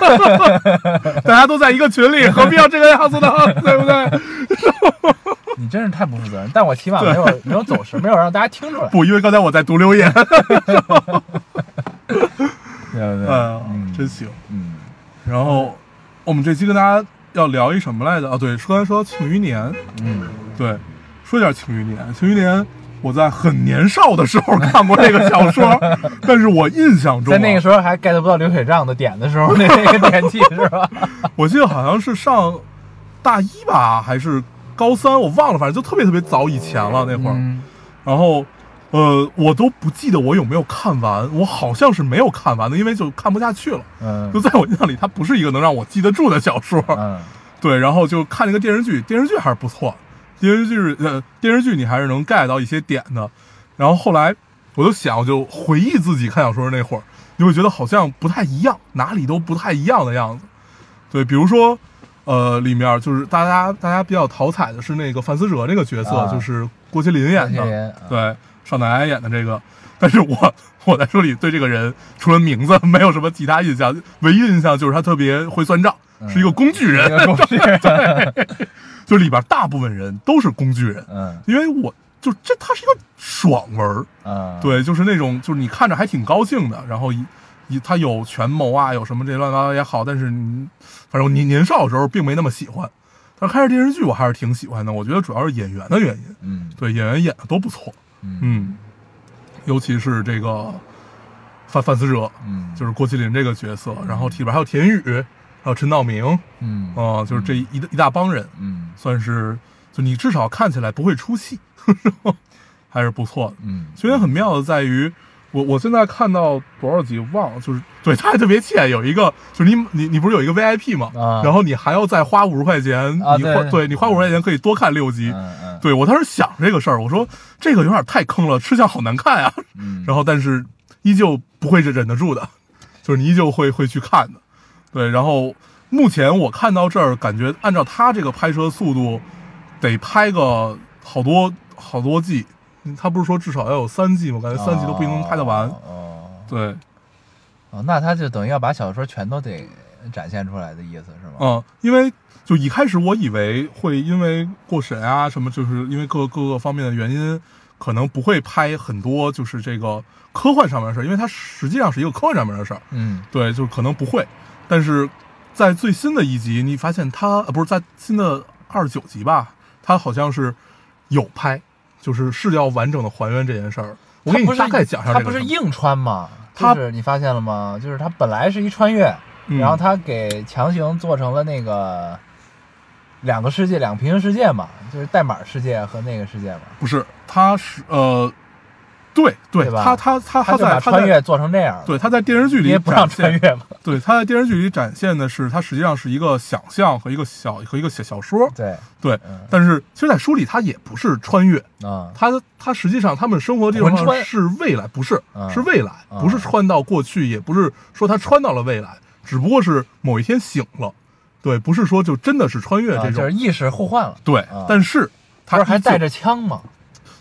大家都在一个群里，何必要这个样子呢？ 对 不对？
你真是太不负责任。但我起码没有没有走神，没有让大家听出来。
不，因为刚才我在读留言，
对不对？
哎呀， 真行。
嗯，
然后我们这期跟大家要聊一什么来着？啊，对，说完说《庆余年》，
嗯，
对，说点《庆余年》。《庆余年》，我在很年少的时候看过这个小 说，但是我印象中、
在
啊，
那个时候还 get 不到流水账的点的时候，那那 个点击是吧？
我记得好像是上大一吧，还是高三，我忘了，反正就特别特别早以前了那会儿。
嗯
然后，呃，我都不记得我有没有看完，我好像是没有看完的，因为就看不下去了。
嗯
就在我印象里，它不是一个能让我记得住的小说。
嗯
对，然后就看了一个电视剧，电视剧还是不错，电视剧呃电视剧你还是能 get 到一些点的。然后后来我就想，我就回忆自己看小说那会儿，你会觉得好像不太一样，哪里都不太一样的样子。对，比如说呃，里面就是大家大家比较讨彩的是那个范思哲这个角色，
啊
就是郭麒麟演
这
的，
些人啊
对，少奶奶演的这个，但是我我在书里对这个人除了名字没有什么其他印象，唯一的印象就是他特别会算账，是一个工具人，
一个故事，
就里边大部分人都是工具人，
嗯
因为我就这他是一个爽文儿，
啊，
对，就是那种就是你看着还挺高兴的，然后一。一他有权谋啊，有什么这乱七八糟也好，但是你反正我年年少的时候并没那么喜欢，但是看着电视剧我还是挺喜欢的。我觉得主要是演员的原因，
嗯
对演员演的都不错，
嗯
嗯，尤其是这个范范思哲，
嗯，
就是是郭麒麟这个角色，然后里边还有田雨，还有陈道明，
嗯
啊、就是这一一大帮人，
嗯
算是就你至少看起来不会出戏， 还是不错的。
嗯，
觉得很妙的在于，我我现在看到多少集忘了，就是对他还特别欠，有一个就是你你你不是有一个 VIP 吗？
啊
然后你还要再花五十块钱，
啊
你
对
花
对
你花五十块钱可以多看六集。
嗯嗯
对我当时想这个事儿，我说这个有点太坑了，吃相好难看啊。
嗯，
然后但是依旧不会忍忍得住的，就是你依旧会会去看的，对。然后目前我看到这儿，感觉按照他这个拍摄速度，得拍个好多好多季。他不是说至少要有三季吗？感觉三季都不一定能拍得完。
哦哦
对，
哦，那他就等于要把小说全都得展现出来的意思是吗？
嗯，因为就一开始我以为会因为过审啊什么，就是因为各各个方面的原因，可能不会拍很多就是这个科幻上面的事儿，因为它实际上是一个科幻上面的事儿。
嗯
对，就是可能不会，但是在最新的一集，你发现他呃不是在新的二十九集吧，他好像是有拍，就是是要完整的还原这件事儿。我给
他
你
不是
大概讲一下
他
这
不
个事
是
儿。
硬穿吗？
他
就是你发现了吗？就是他本来是一穿越，
嗯
然后他给强行做成了那个两个世界、两个平行世界嘛，就是代码世界和那个世界嘛。
不是，他是呃，对对，
对吧
他他他
他就
在
把
他
穿
在
越做成这样了，
对他在电视剧
你
里
也不让
展
穿
现，
越 嘛？
对他在电视剧里展现的是他实际上是一个想象和一个小和一个小小说，
对，
对
嗯。
但是其实，在书里他也不是穿越，
啊
他他实际上他们生活的地
魂穿
方是未来，不是、
嗯
是未来，
嗯
不是穿到过去，也不是说他穿到了未来，只不过是某一天醒了，对，不是说就真的是穿越
啊
这
就
种，
是意识互换了，
对，
啊
但是
不
他
是还
依旧
带着枪吗？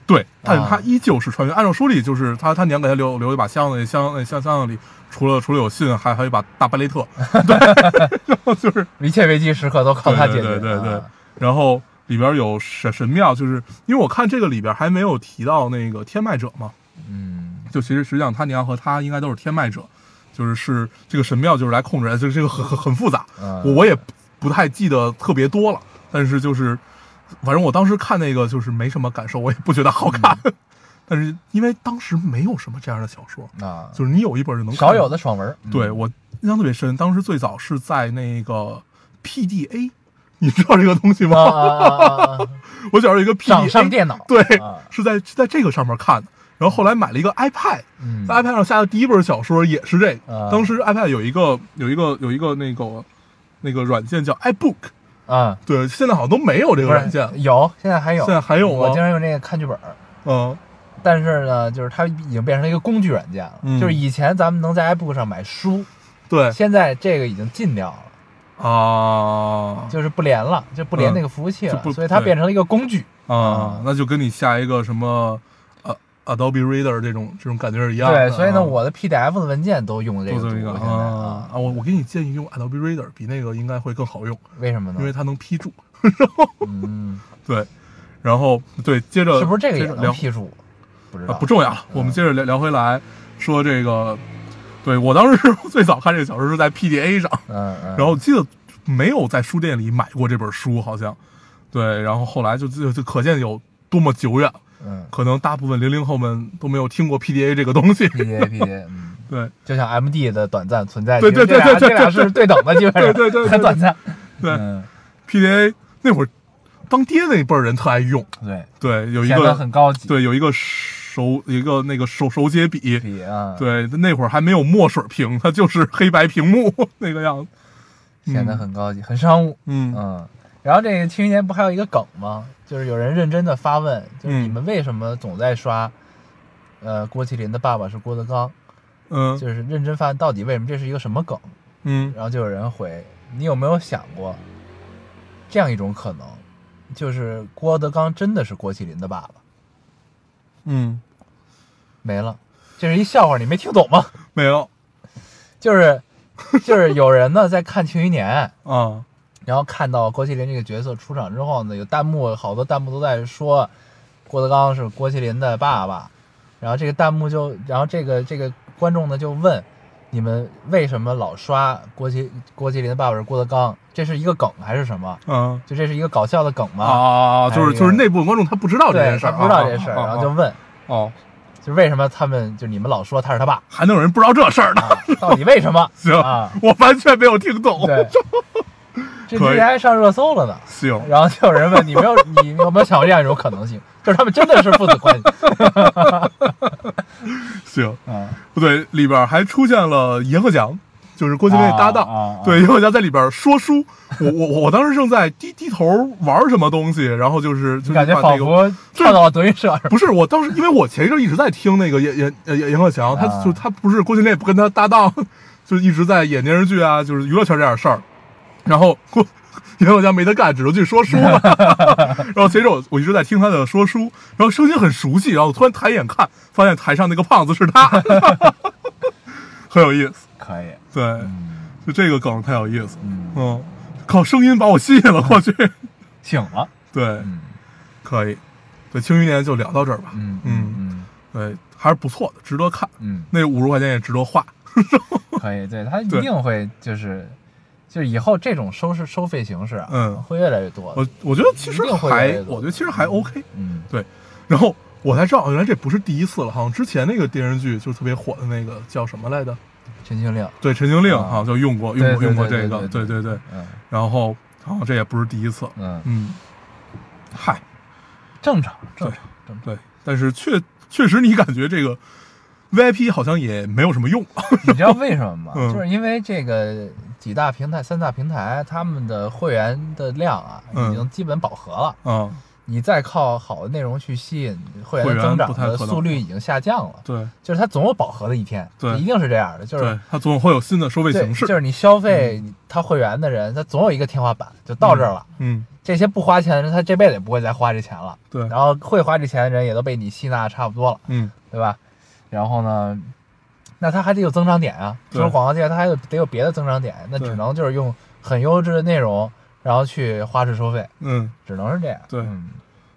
对，但是
啊
他依旧是穿越。按照书里，就是他他娘给他留留一把箱子，那箱那箱箱子里除了除了有信，还还有一把大巴 雷特，对，然后就是
一切危机时刻都靠他解决，
对对对对对
啊
然后里边有神神庙，就是因为我看这个里边还没有提到那个天脉者嘛，
嗯
就其实实际上他娘和他应该都是天脉者，就是是这个神庙就是来控制人，就是这个很很很复杂，
嗯
我我也不太记得特别多了，但是就是反正我当时看那个就是没什么感受，我也不觉得好看，
嗯
但是因为当时没有什么这样的小说，
啊，
就是你有一本就能看
少有的爽文儿，嗯
对我印象特别深，当时最早是在那个 PDA，你知道这个东西
啊
吗？
啊啊啊啊，
我小时候有一个 PDA，
掌上电脑
对，
啊
是在是在这个上面看的。然后后来买了一个 iPad，
嗯
在 iPad 上下的第一本小说也是这
啊
个。当时 iPad 有一个有一个有一个那个那个软件叫 iBook，
啊，
对，现在好像都没有这个
不
软件了。
是有，现在还有，
现在还有吗
我经常用这个看剧本儿，
嗯，
但是呢，就是它已经变成了一个工具软件了，
嗯
就是以前咱们能在 iBook 上买书，
对
现在这个已经禁掉了。
啊
就是不连了，就不连
嗯
那个服务器了，
就不
所以它
对
变成了一个工具。
啊，那就跟你下一个什么呃 Adobe Reader 这种这种感觉是一样的。
对，所以
啊
呢，我的 PDF 的文件都用这
做
个
这
读
个
现在
啊
啊，
啊，我我给你建议用 Adobe Reader，比那个应该会更好用，
为什么呢？
因为它能批注。
嗯，
对，然后对，接着
是不是这个
接
也
着
能
聊
批注？不知
啊
道，
不重要了，我们接着聊聊回来，说这个，对我当时最早看这个小说是在 PDA 上，
嗯嗯，
然后记得没有在书店里买过这本书，好像，对，然后后来就就就可见有多么久远，
嗯
可能大部分零零后们都没有听过 PDA 这个东 西，
，PDA PDA，嗯，
对
就像 MD 的短暂存在，
对
其实
对
这俩
对对
这俩
对
是对等的，基本上
对对对对
很短暂。
对
嗯，
，PDA 那会儿当爹那一辈儿人特爱用，
对，
对，有一
显得
个
很高级。
对有一个手一个那个手手写笔，
比啊，，
对，那会儿还没有墨水屏，它就是黑白屏幕 那个样子。
显得很高级，很商务。
嗯，
嗯，然后这个听一年不还有一个梗吗？就是有人认真的发问，就是你们为什么总在刷，呃，郭麒麟的爸爸是郭德纲，
嗯
就是认真发问到底为什么这是一个什么梗？
嗯
然后就有人回：“你有没有想过这样一种可能，就是郭德纲真的是郭麒麟的爸爸？”
嗯，
没了，这是一笑话，你没听懂吗？
没有
就是就是有人呢在看《庆余年》，
啊，
然后看到郭麒麟这个角色出场之后呢，有弹幕好多弹幕都在说郭德纲是郭麒麟的爸爸，然后这个弹幕就，然后这个这个观众呢就问。你们为什么老刷郭麒郭麒麟的爸爸是郭德纲？这是一个梗还是什么？
嗯
就这是一个搞笑的梗嘛？
啊，
哎
就是
呀
就是内部观众他不知道这
对，
件事
他
儿，
不知道这事儿，
啊啊啊
然后就问，
哦，
就为什么他们就你们老说他是他爸，
还能有人不知道这事儿呢？
啊到底为什么？
行
啊，，
我完全没有听懂。
对，这
可
之
以
前还上热搜了呢。
行，
然后就有人问你没有，你有没有想过这样一种可能性，就是他们真的是父子关系？
行，
嗯，
不对，里边还出现了阎鹤祥，就是郭麒麟的搭档。
啊啊啊
对，阎鹤祥在里边说书，我我我我当时正在低低头玩什么东西，然后就是就是
你感觉
把
仿
那个。
佛跳到了德云社。
不是，我当时因为我前一阵一直在听那个阎阎阎阎鹤祥，他
啊
就他不是郭麒麟也不跟他搭档，就是一直在演电视剧啊，就是娱乐圈这点事儿。然后郭阎鹤祥没得干，只能去说书 了。然后前一阵我我一直在听他的说书，然后声音很熟悉，然后我突然抬眼看，发现台上那个胖子是他， 很有意思。
可以，
对，
嗯
就这个梗太有意思了。
嗯，
嗯，靠声音把我吸引了过去。
醒了，
对，
嗯
可以。对，《庆余年》就聊到这儿吧。
嗯
嗯，
嗯
对，还是不错的，值得看。
嗯
那五十块钱也值得花。
嗯，可以，对他一
对
定会就是就是以后这种收视收费形式啊，
嗯
会越来越多的。
我我觉得其实
一定会
还
有这，个
我觉得其实还 OK。
嗯
对，然后我才知道，原来这不是第一次了，好像之前那个电视剧就是特别火的那个叫什么来着？
陈情令，
对，《陈情令》
啊
好像就用过，用
对
过，用过
对
这个。
对
对
对
对对。
嗯
然后好像这也不是第一次。
嗯，
嗯，嗨，
正常
对
正常正常。
对，但是确确实你感觉这个 VIP 好像也没有什么用。
你知道为什么吗？
嗯
就是因为这个几大平台、三大平台，他们的会员的量啊，
嗯
已经基本饱和了。
啊，
你再靠好的内容去吸引会员
会员
的增长
不太可
的
能
速率已经下降了，
对
就是它总有饱和的一天，
对
一定是这样的，就是
对，它总会有新的收费
对，
形式。
就是你消费他会员的人，他总有一个天花板，就到这儿了。
嗯，
这些不花钱的人，他这辈子也不会再花这钱了。
对，
然后会花这钱的人也都被你吸纳得差不多了。
嗯，
对吧？然后呢，那它还得有增长点啊，
对
除了广告界，它还有得有别的增长点，那
对
只能就是用很优质的内容，然后去花式收费，
嗯，
只能是这样。
对嗯
嗯、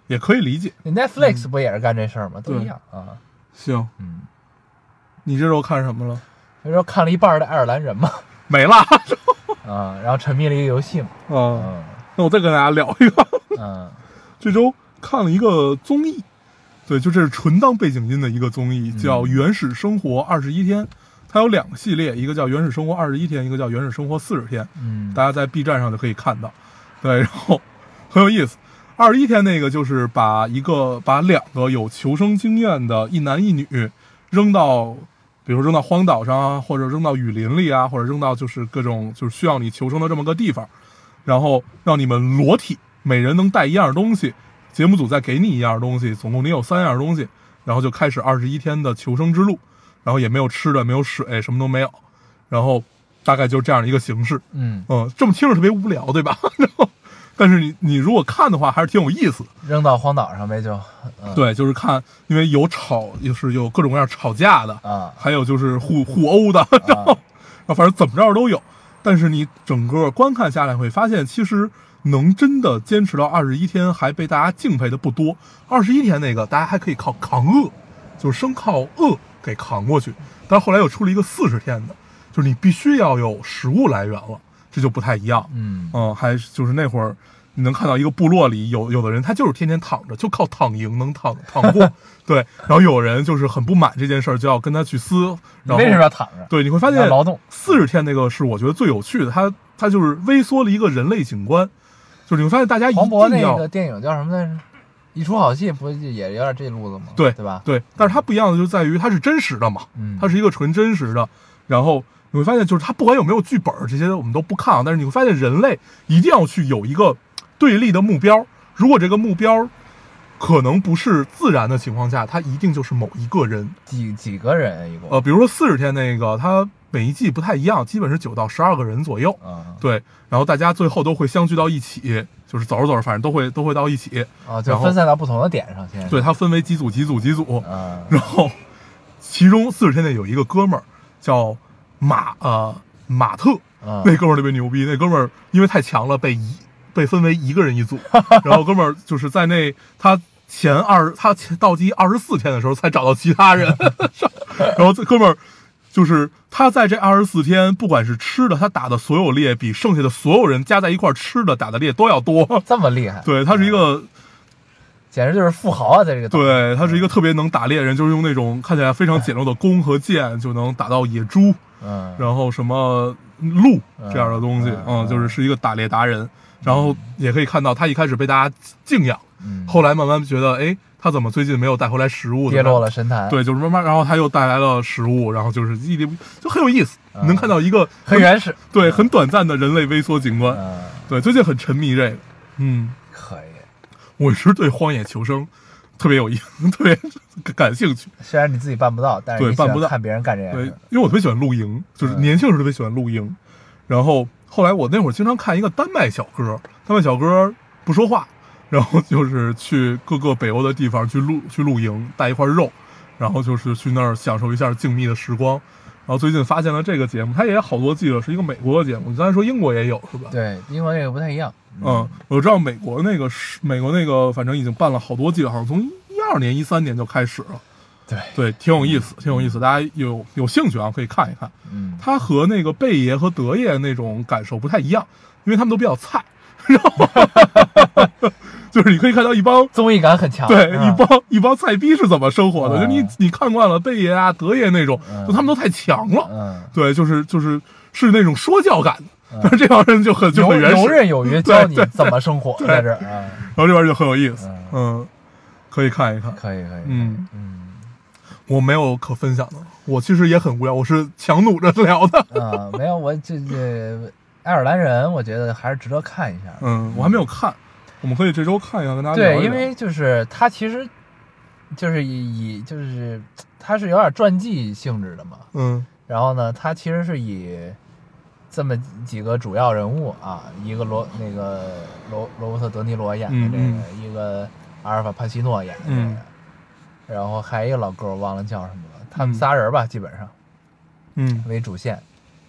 也可以理解。
你，Netflix 不也是干这事儿吗？都一样啊。
行，
嗯，
你这周看什么了？
那时候看了一半的爱尔兰人嘛，
没了。
啊，然后沉迷了一个游戏嘛，
啊，
嗯
那我再跟大家聊一个，
嗯
这周看了一个综艺，对，就这是纯当背景音的一个综艺，叫《原始生活二十一天》，它有两个系列，一个叫《原始生活二十一天》，一个叫《原始生活四十天》。
嗯
大家在 B 站上就可以看到。对，然后很有意思。二十一天那个就是把一个把两个有求生经验的一男一女扔到，比如扔到荒岛上啊，或者扔到雨林里啊，或者扔到就是各种就是需要你求生的这么个地方，然后让你们裸体，每人能带一样东西，节目组再给你一样东西，总共你有三样东西，然后就开始二十一天的求生之路，然后也没有吃的，没有水，什么都没有，然后大概就是这样的一个形式。
嗯，
嗯，这么听着特别无聊，对吧？ 然后，但是你你如果看的话，还是挺有意思的。
扔到荒岛上呗就，嗯、
对，就是看，因为有吵，就是有各种各样吵架的，
啊
还有就是互互殴的，然后，然后反正怎么着都有。但是你整个观看下来，会发现其实能真的坚持到二十一天，还被大家敬佩的不多。二十一天那个，大家还可以靠扛饿，就是生靠饿给扛过去。但是后来又出了一个四十天的，就是你必须要有食物来源了，这就不太一样。
嗯
嗯，还是就是那会儿，你能看到一个部落里有有的人，他就是天天躺着，就靠躺赢能躺躺 过。对，然后有人就是很不满这件事儿，就要跟他去撕。
你
然后
为什么要躺着？
对，你会发
要
现
劳动
四十天那个是我觉得最有趣的，它它就是微缩了一个人类景观，就是你会发现大家一
黄渤
定
那
要
个电影叫什么来着？一出好戏不也有点这路子吗？
对
对吧？
对，但是它不一样的就在于它是真实的嘛，
嗯
它是一个纯真实的。然后你会发现，就是它不管有没有剧本儿这些我们都不看啊，但是你会发现人类一定要去有一个对立的目标。如果这个目标可能不是自然的情况下，它一定就是某一个人。
几几个人一共？
呃，比如说四十天那个，它每一季不太一样，基本是九到十二个人左右。
啊
对，然后大家最后都会相聚到一起，就是走着走着，反正都会都会到一起。
啊，就
然后
分散到不同的点上，现在是
对，，它分为几组几组几组，
啊
然后其中四十天内有一个哥们儿叫马呃马特，
啊
那哥们儿特别牛逼，那哥们儿因为太强了，被一被分为一个人一组，然后哥们儿就是在那他前二他前到期二十四天的时候才找到其他人， 然后这哥们儿就是他在这二十四天，不管是吃的，他打的所有猎比剩下的所有人加在一块儿吃的打的猎都要多，
这么厉害，啊
对他是一个
简直就是富豪啊，在这个岛
对他是一个特别能打猎的人，就是用那种看起来非常简陋的弓和箭就能打到野猪，
嗯，
然后什么鹿这样的东西，
嗯嗯
嗯，就是是一个打猎达人。然后也可以看到，他一开始被大家敬仰，
嗯
后来慢慢觉得，哎，他怎么最近没有带回来食物？
跌落
了。
了神坛，，
对，就是慢慢，然后他又带来了食物，然后就是一点就很有意思，
嗯
你能看到一个
很原始，
对很短暂的人类微缩景观。
嗯，
对，最近很沉迷这个，嗯，
可以。
我是对荒野求生特别有意， 特别感兴趣。
虽然你自己办不到，但是
对
你喜欢
办不到
看别人干这件
对
事，，
因为我特别喜欢露营，就是
哎嗯
年轻时候特别喜欢露营。然后后来我那会儿经常看一个丹麦小哥，丹麦小哥不说话，然后就是去各个北欧的地方去露去露营，带一块肉，然后就是去那儿享受一下静谧的时光。然后最近发现了这个节目，它也好多季了，是一个美国的节目。你刚才说英国也有是吧？
对，英国这个不太一样，
嗯，我知道美国那个是美国那个，反正已经办了好多季了，好像从一二年、一三年就开始了。
对，
对，挺有意思，挺有意思，大家有有兴趣啊，可以看一看。
嗯，
它和那个贝爷和德爷那种感受不太一样，因为他们都比较菜，然后 就是你可以看到一 帮
综艺感很强，
对
嗯
一帮一帮菜逼是怎么生活
嗯
的，就你你看惯了贝爷啊德爷那种，
嗯
就他们都太强了，
嗯，
对，就是就是是那种说教感的，但是这帮人就很就
游
很原
嗯游
始，
刃有余，教你怎么生活，
对
在这儿，嗯，
然后这边就很有意思
嗯，
嗯，可以看一看，
可以可以，
嗯，
嗯
我没有可分享的，我其实也很无聊，我是强弩着聊的，
啊，没有，我这这爱尔兰人，我觉得还是值得看一下，
嗯，我还没有看，我们可以这周看一下，跟大家聊
对，
一
因
聊
为就是他其实就是以以就是他是有点传记性质的嘛，
嗯。
然后呢，他其实是以这么几个主要人物啊，一个罗那个罗罗伯特·德尼罗演的这个，
嗯
一个阿尔法·帕西诺演的这个，
嗯
然后还有一个老哥我忘了叫什么了，他们
嗯
仨人吧，基本上
嗯
为主线，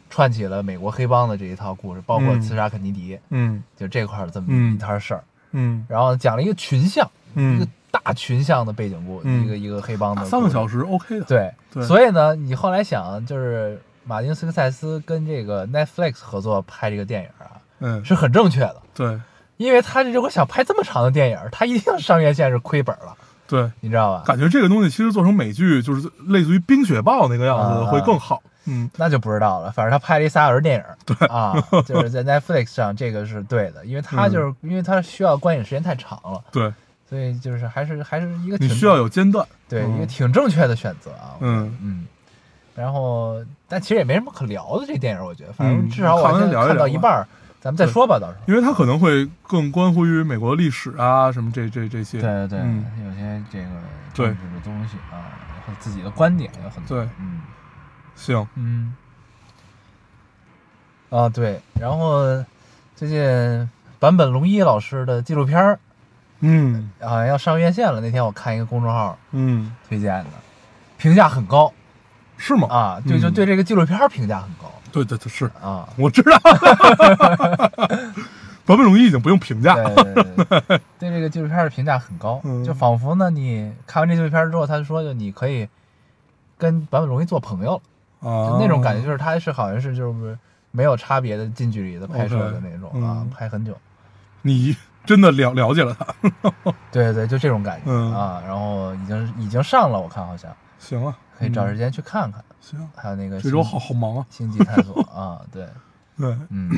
串起了美国黑帮的这一套故事，包括
嗯
刺杀肯尼迪，
嗯
就这块儿这么
嗯
一摊事儿，
嗯
然后讲了一个群像，一
嗯
个，大群像的背景故，
嗯
一个一个黑帮的
打
故事
三个小时 OK 的。
对，
对
所以呢，你后来想，就是马丁·斯科塞斯跟这个 Netflix 合作拍这个电影啊，
嗯，
是很正确的，
对
因为他如果想拍这么长的电影，他一定上院线是亏本了，
对，
你知道吧？
感觉这个东西其实做成美剧，就是类似于《冰雪暴》那个样子
啊
会更好。嗯
那就不知道了，反正他拍了一仨小时电影，对啊，就是在 Netflix 上这个是对的，因为他就是、
嗯
因为他需要观影时间太长了，
对，
所以就是还是还是一个
你
挺
需要有间断。
对、
嗯
一个挺正确的选择啊，
嗯
嗯，然后但其实也没什么可聊的这电影，我觉得，反正
嗯
至少我
看完
现在
聊一
看到
聊
一
吧
半儿，咱们再
对
说吧，到时候。
因为它可能会更关乎于美国历史啊，什么这这这些，
对对对，
嗯
有些这个
对
政治的东西啊，和自己的观点有很多。
对，
嗯
行，
嗯。啊对，然后最近坂本龙一老师的纪录片儿
嗯
好像要上院线了。那天我看一个公众号
嗯，
推荐的，评价很高
是吗？
啊，对，就
嗯
对这个纪录片儿评价很高
对对对，是
啊。
我知道。 版本容易已经不用评价，
对对 对对对对这个纪录片的评价很高，
啊嗯
就仿佛呢，你看完这纪录片之后，他说就你可以跟坂本龙一做朋友了，
啊
就，那种感觉，就是他是好像是就是没有差别的近距离的拍摄的
OK，
那种
嗯
啊，拍很久，
你真的了了解了他，
对对对，就这种感觉
嗯
啊，然后已经已经上了，我看好像
行啊，
可以找嗯
嗯
时间去看看，
行，
还有那个
这周
星
好好忙啊，
星际探索啊，对，
对，
嗯，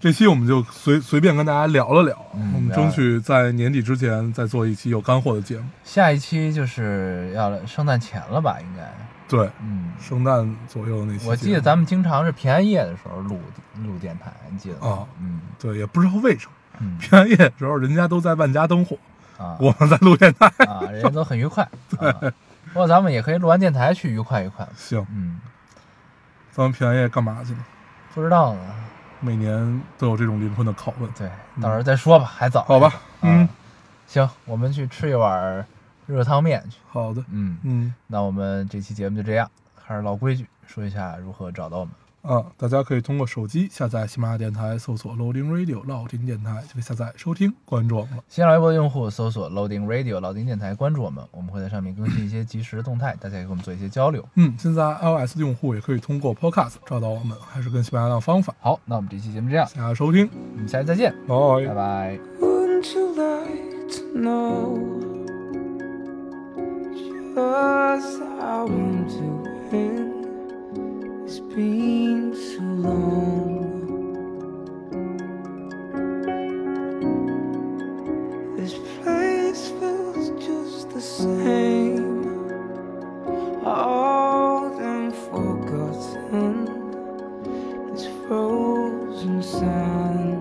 这期我们就随随便跟大家聊了聊，
嗯
我们争取在年底之前再做一期有干货的节目。
下一期就是要圣诞前了吧，应该，
对，
嗯，
圣诞左右的那期节目，
我记得咱们经常是平安夜的时候录录电台，你记得吗？
啊
嗯，
对，也不知道为什么，
嗯
平安夜的时候，人家都在万家灯火，
啊
我们在录电台。
啊，人家都很愉快。对，不过咱们也可以录完电台去愉快愉快。
行，
嗯，
咱们平安夜干嘛去了？
不知道呢，
每年都有这种灵魂的拷问。
对，到时候再说吧，还早。
好吧，嗯
嗯，，行，我们去吃一碗热汤面去。
好的，
嗯，
嗯
那我们这期节目就这样，还是老规矩，说一下如何找到我们。
啊，大家可以通过手机下载喜马拉雅电台，搜索 Loading Radio 老丁电台，就可以下载收听关注我们了。
新浪微博用户搜索 Loading Radio 老丁电台，关注我们，我们会在上面更新一些即时动态，大家也跟我们做一些交流。
嗯，现在 iOS 用户也可以通过 Podcast 找到我们，还是跟喜马拉雅的方法。
好，那我们这期节目这样，
大家收听，
我们下期再见，
拜
拜拜。
Wouldn't you like to know just how I'm doing? It's been too long. This place feels just the same. All them forgotten is frozen sand.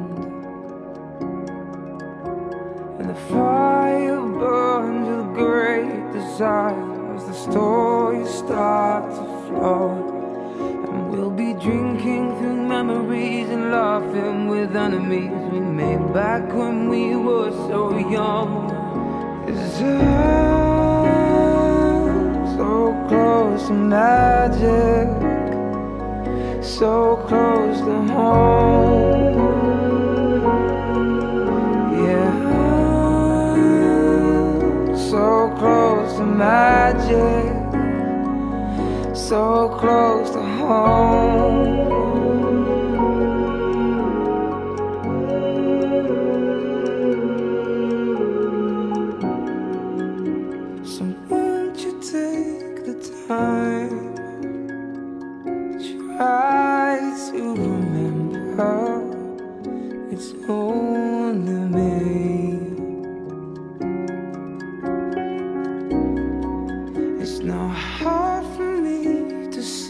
And the fire burns with great desire as the stories start to flow. And we'll be drinking through memories and laughing with enemies we made back when we were so young. Is it so close to magic? So close to home. Yeah, so close to magic, so close to home. So won't you take the time, try to remember. It's only me. It's not hard for me to see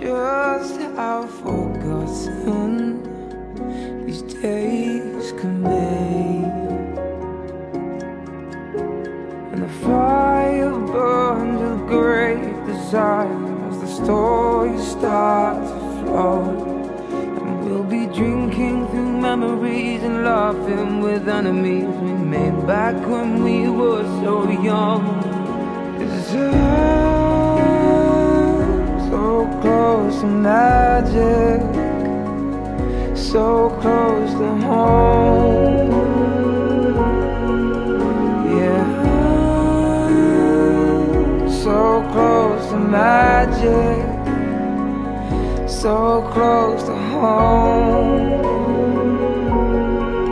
just how forgotten these days can be. And the fire burns with great desire as the stories start to flow. And we'll be drinking through memories and laughing with enemies we made back when we were so young. Is it so close to magic? So close to home. Yeah, so close to magic so close to home.